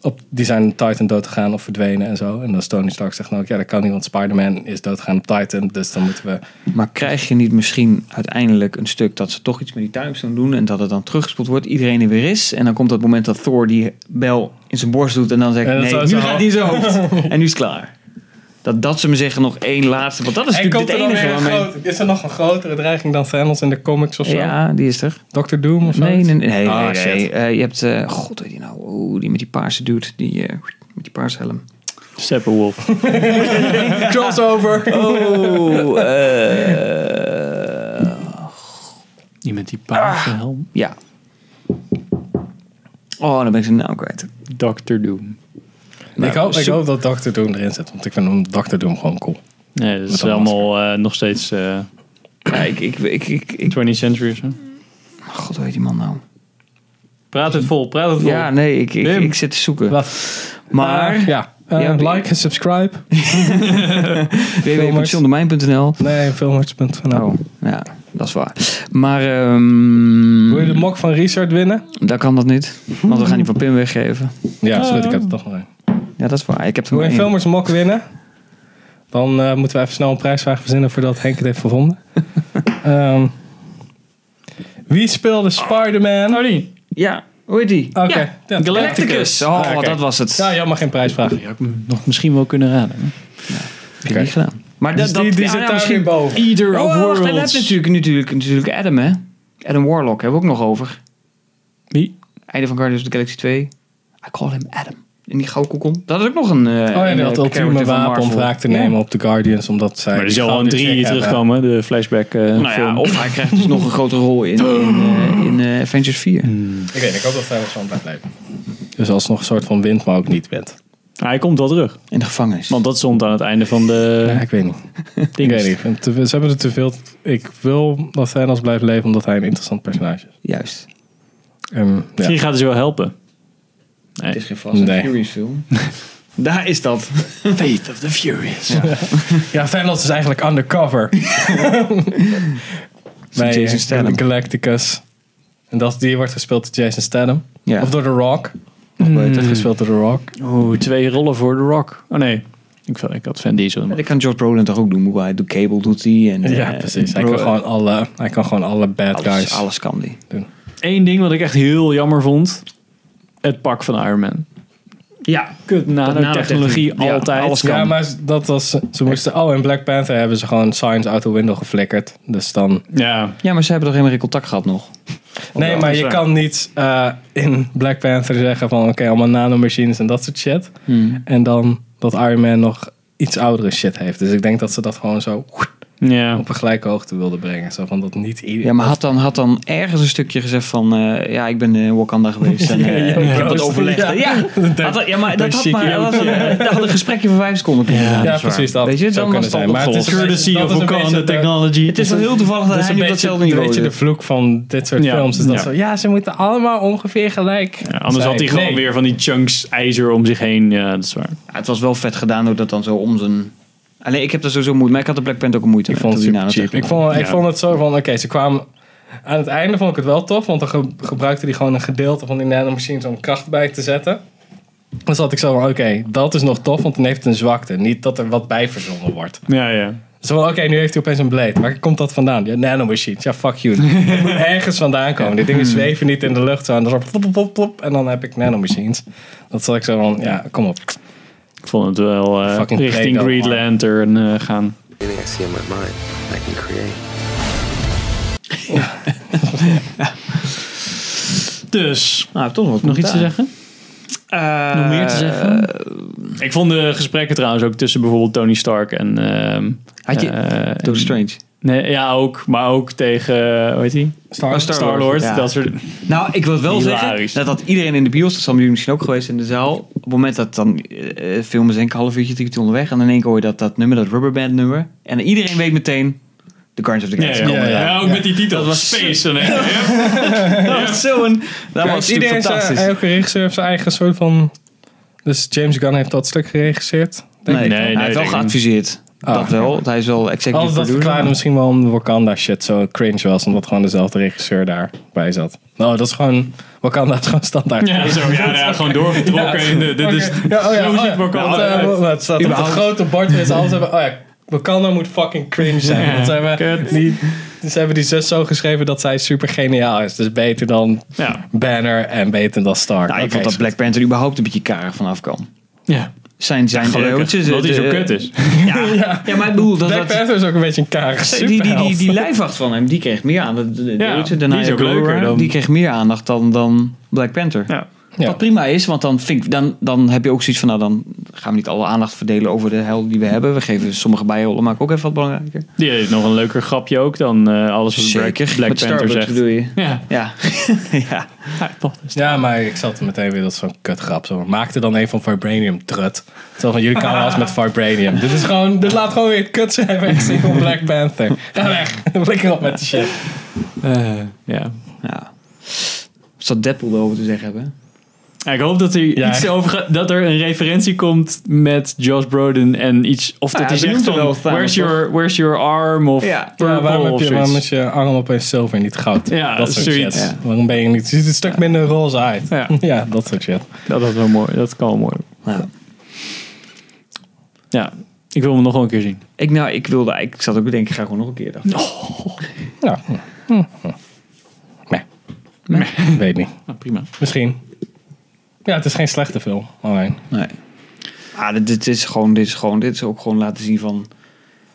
D: op, die zijn op Titan dood gegaan of verdwenen en zo. En dan is Tony Stark zegt nou, ja, dat kan niet, want Spider-Man is doodgegaan op Titan. Dus dan moeten we...
B: Maar krijg je niet misschien uiteindelijk een stuk dat ze toch iets met die timestone doen en dat het dan teruggespoeld wordt, iedereen er weer is en dan komt dat moment dat Thor die bel in zijn borst doet en dan zegt
D: En dat
B: nee,
D: zou
B: nu
D: zo-
B: gaat die in zijn hoofd en nu is het klaar. Dat, dat ze me zeggen nog één laatste, want dat is
D: en
B: natuurlijk het enige waarmee...
D: is er nog een grotere dreiging dan Thanos in de comics of zo?
B: Ja, die is er.
D: Dr. Doom of zo?
B: Nee, nee, nee. nee,
D: Ah,
B: nee, nee.
D: shit.
B: Eh, je hebt, eh, god weet je nou, oh, die met die paarse dude, die eh, met die paarse helm.
A: Steppenwolf.
D: Crossover!
B: Oh, eh,
A: Die met die
B: Ah.
A: paarse helm.
B: ja. Oh, dan ben ik zijn naam kwijt.
A: Dr. Doom.
B: Nou,
D: ik, hoop, ik
B: zoek-
D: hoop dat Dr. Doom erin zit, want ik vind hem Dr. Doom gewoon cool.
A: Nee, dat is
D: Met een
A: allemaal eh, nog steeds eh
B: Ja, ik, ik, ik, ik, ik-
A: 20th century of zo.
B: God, hoe heet die man nou?
A: Praat het vol, praat het vol.
B: Ja, nee, ik, ik,
A: Wim.
B: ik zit te zoeken.
D: Wat?
B: Maar
D: ja, eh,
B: Ja, die-
D: like en subscribe.
B: www.johndemijn.nl
D: Nee, filmers.nl.
B: Oh, ja, dat is waar. Maar ehm,
D: Wil je de mok van Richard winnen?
B: daar kan dat niet, want we gaan die van Pim weggeven.
D: Ja, zo weet ik het toch nog.
B: Ja, dat is waar. Ik heb er
D: Eh, Wil
B: maar
D: je
B: één.
D: filmers mok winnen? Dan eh, moeten we even snel een prijsvraag verzinnen voordat Henk het heeft gevonden. Ehm, wie speelde Spider-Man?
A: Nou, die.
B: Ja, hoe heet die?
D: Oké.
B: Oh, Ja,
D: ja.
B: Galacticus. Oh,
D: Ah, oké.
B: dat was het.
D: Ja, jammer, geen prijsvraag.
A: Die had ik me nog misschien wel kunnen raden. hè?
B: Heb ik niet gedaan. Maar
D: Dus
B: dat,
D: die,
B: dat,
D: die
B: ja,
D: zit
B: ja,
D: daar
B: misschien...
D: weer boven.
A: Either
B: Oh,
A: of
B: wacht, en dat
A: Worlds.
B: is natuurlijk, natuurlijk, natuurlijk Adam, hè? Adam Warlock hebben we ook nog over.
A: Wie?
B: Einde van Guardians of the Galaxy 2. I call him Adam. In die gouden kokon. Dat is ook nog een eh
D: Oh ja,
B: een,
D: die had
B: eh,
D: het ultieme
B: character van
D: wapen om
B: Marvel.
D: wraak te
B: Ja.
D: nemen op de Guardians, omdat zij...
A: Maar er
D: die
A: zal wel een
D: gouden
A: drie
D: check
A: hier
D: hebben.
A: terugkomen, de flashback eh,
B: Nou ja,
A: film.
B: of hij krijgt dus nog een grotere rol in, in, eh, in eh, Avengers 4.
D: Ik weet, ik hoop dat zij wel zo blijft leven. Dus alsnog een soort van wind, maar ook niet wind.
A: Hij komt wel terug.
B: In de gevangenis.
A: Want dat stond aan het einde van de
D: Ja, ik weet niet. Ik
A: dinges.
D: weet niet. Ik vind te- ze hebben er te veel. Ik wil dat Thanos blijft leven omdat hij een interessant personage is.
B: Juist. Ehm,
D: En, ja.
A: Misschien gaat het je wel helpen.
B: Het is geen Fast and
D: Nee.
B: Furious film. Daar is dat.
A: Fate of the Furious.
D: ja, Thanos is eigenlijk undercover. Bij eh,
B: Jason Statham.
D: Galacticus. En dat, die wordt gespeeld door Jason Statham.
B: Ja. Hmm. Oh,
D: Of door The Rock.
B: beter.
D: Wordt gespeeld door The Rock.
A: Oeh, twee rollen voor The Rock. Oh nee, ik, vond- ik had Van Diesel. in
B: Dat
A: mijn-
B: kan George Brolin toch ook doen. Hoe Hij doet Cable, doet hij. En,
D: Ja,
B: eh,
D: precies. Hij
B: Bro-
D: kan, gewoon alle, hij kan gewoon alle bad
B: alles,
D: guys.
B: alles kan die.
A: Eén ding wat ik echt heel jammer vond. Het pak van Iron Man.
B: Ja.
A: Kut, nanotechnologie
B: nanotechnologie, ja,
A: altijd.
B: alles kan.
D: Ja, maar dat was. Ze moesten. Oh, in Black Panther hebben ze gewoon signs out the window geflikkerd. Dus dan.
A: Ja,
B: Ja, maar ze hebben toch helemaal geen contact gehad nog?
D: Nee,
A: wel,
D: maar
A: dat is
D: je
A: waar.
D: kan niet eh, in Black Panther zeggen van oké, allemaal nanomachines en dat soort shit.
A: Hmm.
D: En dan dat Iron Man nog iets oudere shit heeft. Dus ik denk dat ze dat gewoon zo
A: ja.
D: op een gelijke hoogte wilden brengen. Zo van dat niet iedereen...
B: Ja, maar had dan, had dan ergens een stukje gezegd van... eh, ja, ik ben in Wakanda geweest en eh, ik
D: Ja,
B: heb dat
D: juist.
B: overlegd.
D: Ja.
B: Ja, Had dat- ja maar dat had maar... Dat had, dat had een gesprekje van vijf seconden kunnen zijn.
D: Ja,
B: is waar.
D: precies dat.
B: Weet je,
D: Zou
B: dan was
D: kunnen
B: het al
D: zijn, maar het is
B: opgelost.
A: Courtesy
D: Dat
A: of
D: is een
A: Wakanda
D: beetje de-
A: technology.
B: Het is wel heel toevallig dat
D: dat is
B: hij
D: een
B: nu op
D: beetje,
B: datzelfde
D: een
B: niveau
D: beetje de
B: zit.
D: vloek van dit soort
A: Ja.
D: films. Is dat
A: Ja.
D: Zo, ja, ze moeten allemaal ongeveer gelijk.
A: Ja, anders
D: zijn.
A: had hij gewoon
D: Nee.
A: weer van die chunks ijzer om zich heen. Ja, dat is waar.
B: Ja, het was wel vet gedaan door dat dan zo om zijn... Alleen ik heb daar sowieso moeite Maar ik had de Black Panther ook een moeite
D: Ik
B: mee,
D: vond het
B: toen die
D: super cheap. Ik
B: nanotechnologie.
D: vond, ik
A: Ja.
D: vond het zo van, oké, ze kwamen... Aan het einde vond ik het wel tof, want dan ge- gebruikte hij gewoon een gedeelte van die nanomachines om kracht bij te zetten. Dan zat ik zo van, oké, dat is nog tof, want dan heeft het een zwakte. Niet dat er wat bij verzonnen wordt.
A: Ja, ja.
D: Zo van, oké, nu heeft hij opeens een blade. Waar komt dat vandaan? Ja, nanomachines. Ja, fuck you. Het moet ergens vandaan komen. Die dingen zweven niet in de lucht. Zo, en, dan zo plop, plop, plop, plop, en dan heb ik nanomachines. Dat zat ik zo van, ja, kom op.
A: Ik vond het wel eh,
D: Fucking
A: richting
D: Play-Doh,
A: Green
D: man.
A: Lantern eh, gaan.
E: Anything I see in my mind, I can create.
A: Dus,
B: Nou, toch
A: nog iets te zeggen?
B: Eh,
A: Nog meer te zeggen? Ik vond de gesprekken trouwens ook tussen bijvoorbeeld Tony Stark en... ehm,
B: Had je-
A: eh,
B: Doctor Strange.
A: Nee, ja, ook. Maar ook tegen, eh, hoe heet hij?
B: Oh,
D: Star,
B: Star-
A: Star-Lord.
B: Ja.
A: Dat soort...
B: Nou, ik wil wel
A: Hilarisch.
B: zeggen dat, dat iedereen in de bios, dat zijn jullie misschien ook geweest in de zaal. Op het moment dat dan eh, eh, film is denk ik een half uurtje tikkie onderweg. En dan in één keer hoor je dat, dat nummer, dat rubberband nummer. En iedereen weet meteen, The Guardians of the
A: Ja,
B: Galaxy.
A: ja,
B: komt
A: ja,
B: eraan.
A: ook met die titel. Dat was Space. eh, en- ja.
B: Dat was zo'n... Dat
D: Ja,
B: was natuurlijk
D: iedereen eh, zijn-
B: fantastisch.
D: elke regisseur heeft zijn eigen soort van... Dus James Gunn heeft dat stuk geregisseerd.
B: nee,
A: Nee,
B: hij
A: nee,
B: heeft wel
A: denk ik niet.
B: geadviseerd.
D: Ah,
B: dat wel. Hij is wel executive
D: Oh, dat
B: producer.
D: verklaarde misschien wel om de Wakanda shit zo cringe was, omdat gewoon dezelfde regisseur daarbij zat. Nou, dat is gewoon. Wakanda is gewoon standaard.
A: Ja, zo, ja, nou ja, gewoon doorgetrokken. in de- dit is,
D: Ja, oh ja,
A: zo
D: oh ja.
A: ziet Wakanda
D: Want, eh,
A: eruit.
D: wat- wat staat op een
B: Überhaupt.
D: grote bord met z'n allen. hebben- Oh ja, Wakanda moet fucking cringe zijn.
A: Ja,
D: want ze, hebben
A: kut.
D: die, ze hebben die zus zo geschreven dat zij super geniaal is. Dus beter dan
A: Ja.
D: Banner en beter dan Stark.
B: Nou, ik
D: Ah, Oké,
B: vond dat
D: zo-
B: Black Panther überhaupt een beetje karig vanaf kan.
A: ja.
B: Zijn, zijn
A: Gelukkig,
B: deeltjes,
A: dat hij
B: de-
A: zo kut is.
B: Ja, ja. maar ik bedoel, dat,
D: Black
B: dat,
D: Panther is ook een beetje een karige
B: die, die, die,
D: superheld.
B: die, lijfwacht van hem, die kreeg meer aandacht. De, de,
A: Ja,
B: deeltje, de
A: die
B: Naya
A: is ook
B: Glower,
A: leuker dan-
B: Die kreeg meer aandacht dan, dan Black Panther.
A: Ja.
D: Ja.
B: Wat prima is, want dan, vind ik, dan, dan heb je ook zoiets van, nou dan gaan we niet alle aandacht verdelen over de hel die we hebben. We geven sommige bijrollen, maar ook even wat belangrijker.
A: Die heeft nog een leuker grapje ook dan eh, alles wat Black, Black
B: Met
A: Panther
B: Starbucks
A: zegt.
B: bedoel je.
A: Ja.
B: Ja. ja.
A: Ja, toch.
D: Ja, maar ik zat er meteen weer dat zo'n kutgrap. Zo. Maak er dan een van Vibranium trut. Terwijl van jullie kan alles met Vibranium. Dit is gewoon, dit laat gewoon weer het kut schrijven. Ik zie gewoon Black Panther. Ga weg. Flikker op met die shit. Eh.
A: ja.
B: ja. Wat zou Deadpool erover te zeggen hebben?
A: Ja, Ik hoop dat er
D: Ja.
A: iets over gaat- dat er een referentie komt met Josh Broden en iets. Of dat
B: Ja,
A: hij
B: ze
A: zegt
B: noemt hem wel
A: van,
B: Thanos,
A: where's
B: toch?
A: your, where's your arm? Of
B: Ja.
A: purple
D: Ja, waarom, heb
A: of
D: je, waarom
A: zoiets.
D: is je arm opeens zilver en niet goud?
A: Ja,
D: dat soort
A: zoiets.
D: shit.
A: Ja.
D: Waarom ben je niet... Ziet een stuk minder roze uit.
A: Ja.
D: ja, dat soort shit.
A: Dat, is wel mooi. Dat kan wel mooi.
B: Nou,
A: Ja, ik wil hem nog wel een keer zien.
B: ik, nou, ik wilde, ik zat ook te denken, ik ga gewoon nog een keer. dacht ik.
D: Nou, hm. Hm. Hm. Nee. nee. Weet niet.
A: Nou, prima.
D: Misschien. Ja, het is geen slechte film. Alleen.
B: Nee. Ah, dit, dit is gewoon, dit is gewoon, dit is ook gewoon laten zien van.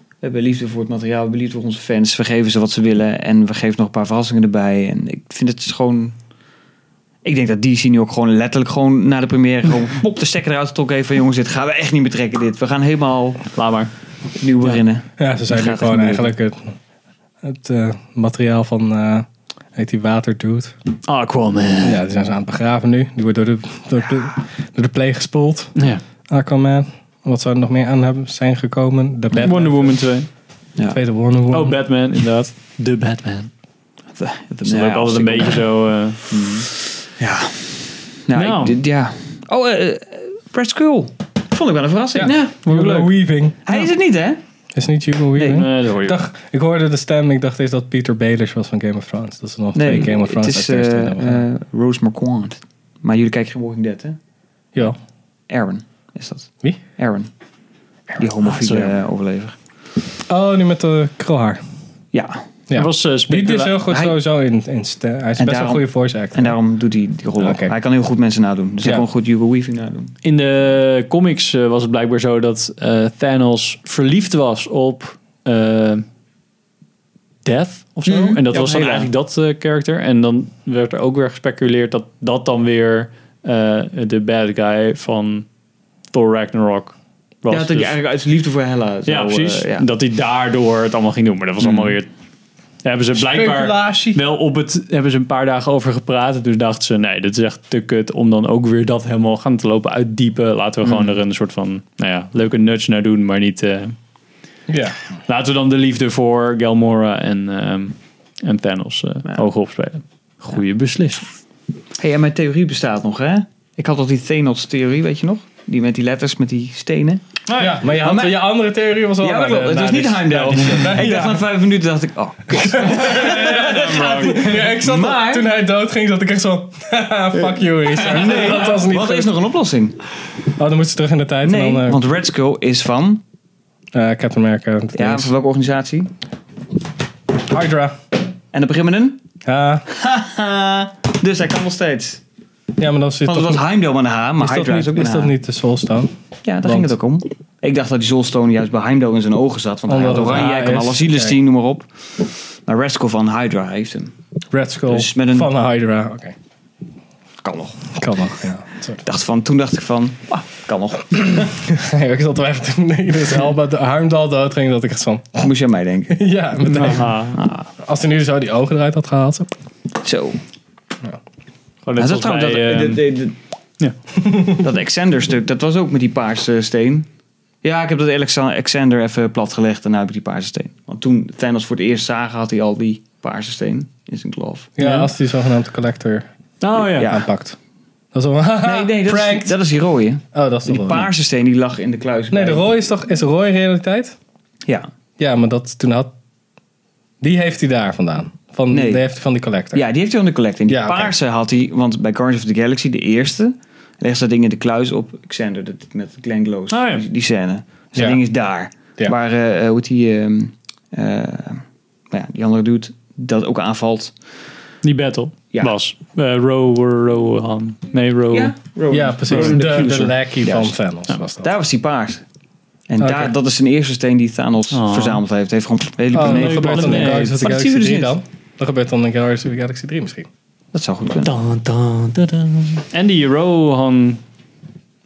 B: We hebben liefde voor het materiaal, we hebben liefde voor onze fans. We geven ze wat ze willen en we geven nog een paar verrassingen erbij. En ik vind het gewoon. Ik denk dat DC nu ook gewoon letterlijk gewoon na de première gewoon pop de stekker eruit getrokken heeft van jongens, dit gaan we echt niet meer trekken dit. We gaan helemaal
A: Laat maar.
B: nieuw beginnen.
D: Ja, ze zijn
B: Gaat
D: nu
B: echt
D: gewoon
B: gebeuren.
D: eigenlijk het, het eh, materiaal van, eh heet die waterdude.
A: Aquaman.
D: Ja, die zijn ze aan het begraven nu. Die wordt door de, door de, door de pleeg gespoeld.
A: Ja.
D: Aquaman. Wat zou er nog meer aan hebben zijn gekomen? De Batman.
A: Wonder Woman 2.
B: Ja.
D: Tweede Wonder Woman.
A: Oh, Batman, inderdaad. De Batman. Dat is
B: Ja,
A: dan ook altijd een beetje zo... eh,
B: Ja. Nou,
A: Nou.
B: ik- dit- ja. Oh, eh eh, Brad Skull. Vond ik wel een verrassing.
D: Ja.
B: Ja.
A: vond ik
D: Hugo
A: leuk.
D: Weaving.
B: Hij is het niet, hè?
D: Is niet Hugo Weaving?
A: eh, dat hoor je.
D: Ik, dacht, ik hoorde de stem. Ik dacht eerst dat Peter Baelish was van Game of Thrones. Dat ze nog twee Game of
B: het
D: Thrones
B: is
D: acteurs
B: eh,
D: erin hebben gedaan.
B: eh, Rose McQuant. Maar jullie kijken geen Walking Dead, hè?
D: Ja.
B: Aaron is dat.
D: Wie? Ah,
B: Aaron. Die homofiele eh, overlever.
D: Oh, nu met de krulhaar.
B: Ja,
D: Ja.
A: Er was eh,
D: Die die is
A: specula-
D: heel goed
B: Hij-
D: sowieso in, in stem. Hij is best wel een
B: daarom-
D: goede voice actor.
B: en daarom doet hij die rol ook.
D: Oké.
B: Hij kan heel goed mensen nadoen. Dus
D: Ja.
B: hij kan goed Hugo Weaving nadoen.
A: In de comics eh, was het blijkbaar zo dat eh, Thanos verliefd was op eh, Death of zo.
B: Mhm.
A: En dat
B: Ja,
A: was dan
B: Hela.
A: eigenlijk dat eh karakter. En dan werd er ook weer gespeculeerd dat dat dan weer eh, de bad guy van Thor Ragnarok was.
B: ja, dat
A: Dus-
B: hij eigenlijk uit liefde voor Hella eh,
A: ja precies.
B: ja. Mhm.
A: Dat hij daardoor het allemaal ging doen. Maar dat was allemaal weer... Daar hebben ze blijkbaar
D: Speculatie.
A: wel op het... Hebben ze een paar dagen over gepraat. En toen dachten ze, nee, dit is echt te kut om dan ook weer dat helemaal gaan te lopen uitdiepen. Laten we
B: Mm.
A: gewoon er een soort van, nou ja, leuke nudge naar doen. Maar niet... eh,
D: Ja.
A: laten we dan de liefde voor Galmora en, ehm, en Thanos eh
B: Ja.
A: hoog opspelen. Goeie beslissing.
B: hey, en mijn theorie bestaat nog, hè? Ik had al die Thanos-theorie, weet je nog? Die met die letters, met die stenen.
D: Ja, maar je, had,
B: Maar-
D: je andere theorie was eh, al...
B: Ja, dat klopt.
D: nou,
B: Het was
D: dus-
B: niet Heimdall. Ik dacht na vijf minuten, dacht ik, oh,
D: Ja, ik zat
B: Maar-
D: al- toen hij doodging, zat ik echt zo... haha, Fuck you, Richard. Nee, dat was niet
B: wat
D: goed.
B: is nog een oplossing?
D: Oh, dan moeten ze terug in de tijd.
B: Nee,
D: en dan, eh,
B: want Red Skull is van...
D: eh, Captain America.
B: Ja, van welke organisatie?
D: Hydra.
B: En dat begint met een...
D: Ja,
B: Dus hij kan nog steeds.
D: ja, maar dan zit
B: Want
D: toch...
B: het was Heimdall met een H, maar
D: is dat,
B: Hydra is ook
D: niet,
B: met
D: is dat
B: een H.
D: niet de Soulstone?
B: Ja, daar
D: Want-
B: ging het ook om. Ik dacht dat die Soulstone juist bij Heimdall in zijn ogen zat. Want hij
D: Omdat
B: had
D: het
B: oranje,
D: een
B: hij
D: H
B: kan
D: is.
B: alle zielen
D: Kijk.
B: zien, noem maar op. Maar Red Skull van Hydra heeft hem.
D: Red Skull
B: Dus met een-
D: van Hydra. Oké,
B: Kan nog.
D: kan nog. Ja, sorry.
B: Dacht van, toen dacht ik van, ah, kan nog.
D: Nee, ik zat wel echt toen ik dus Helba de Heimdall doodging, dat ik echt zo...
B: Moest je aan mij denken.
D: Ja, meteen.
A: Aha.
D: Als hij nu zo die ogen eruit had gehaald. Zo.
B: Zo.
A: Gewoon net
B: dat,
A: zoals
B: trouwens,
A: bij,
B: dat,
A: ehm,
B: dit- dit- dit-
A: ja.
B: dat Exander stuk, dat was ook met die paarse steen. Ja, ik heb dat Alexa- Exander even platgelegd en nu heb ik die paarse steen. Want toen Thanos voor het eerst zagen, had hij al die paarse steen in zijn glove.
D: Ja,
A: Ja.
D: als die zogenaamde collector
A: Oh ja.
B: Ja.
D: aanpakt. Dat is wel... haha,
B: Nee, nee, dat is,
D: pranked.
B: Ah, dat is die rode.
D: Oh, dat is toch
B: Die
D: wel-
B: paarse steen die lag in de kluis.
D: Nee, de
B: bij-
D: Roy is toch... Is Roy realiteit?
B: Ja.
D: Ja, maar dat toen had... Die heeft hij daar vandaan. Van,
B: Nee.
D: Die heeft hij van die collector.
B: ja, die heeft hij aan de collecting. Die
D: Ja, oké.
B: paarse had hij, want bij Guardians of the Galaxy, de eerste, legt dat ding in de kluis op Xander, dat, met Glenn Close.
A: Oh ja.
B: die, die scène. Dus dat
D: Ja.
B: ding is daar.
D: Ja.
B: Waar, eh, eh, hoe heet die, ehm, eh, nou ja, die andere dude, dat ook aanvalt.
A: Die battle
B: Ja.
A: was. eh Row, Rohan. Nee, Row.
D: Ja, precies.
B: Rowan
D: De,
B: de
D: de,
B: Accuser.
D: lackey van
B: Juist.
D: Thanos was dat. Oh,
B: Daar was die paars. En
D: Oké.
B: daar, dat is zijn eerste steen die Thanos
A: Oh.
B: verzameld heeft. Heeft gewoon de hele
D: Oh,
B: planeet.
D: dat gebeurt dan in
A: planeet.
D: Guardians of the
B: Ah. Maar dat zien
D: Galaxy
B: we dus
D: 3
B: niet.
D: dan. Dat gebeurt dan in Guardians of the Galaxy 3 misschien.
B: Dat zou goed kunnen.
A: Dan, dan, dan, dan. En die Rohan.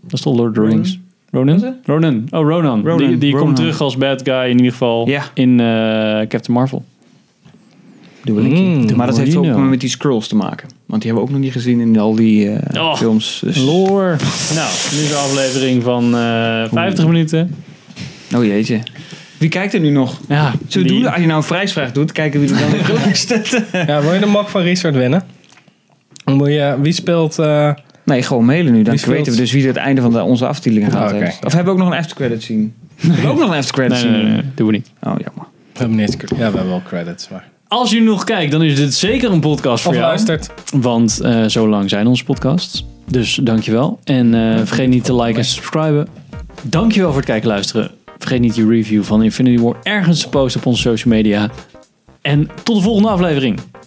A: Dat is toch Lord of the Rings? Ronan? Ronan. Oh, Ronan.
B: Ronan.
A: Die, die
B: Ronan.
A: komt terug als bad guy in ieder geval
B: Ja.
A: in eh, Captain Marvel.
B: Dubbel linkie.
D: Mm,
B: maar dat heeft ook
A: Marino.
B: met die scrolls te maken. Want die hebben we ook nog niet gezien in al die eh,
A: Oh.
B: films. Dus-
A: Lore. Nou, nu is de aflevering van eh 50 minuten.
B: Oh jeetje. Wie kijkt er nu nog?
A: Ja,
B: Zullen we
A: die-
B: doen? Als je nou een prijsvraag doet, kijken wie er dan in de staat.
D: Ja, wil je de mok van Richard winnen? Dan moet je, wie speelt... eh,
B: Nee, gewoon mailen nu. Dan
D: Wie speelt-
B: weten we dus wie het einde van de- onze afdeling gaat
D: Ah, oké.
B: heeft. Oh, Of hebben we ook nog een aftercredit zien? we hebben ook nog een aftercredit
A: Nee,
B: zien.
A: nee, nee, nee, doen we niet.
B: Oh, jammer.
D: we hebben niet- ja, we hebben wel credits, maar...
A: Als je nog kijkt, dan is dit zeker een podcast voor
D: Of
A: jou.
D: luistert.
A: Want eh, zo lang zijn onze podcasts. Dus dankjewel. En eh, vergeet niet te liken en subscriben. Dankjewel voor het kijken en luisteren. Vergeet niet je review van Infinity War ergens te posten op onze social media. En tot de volgende aflevering.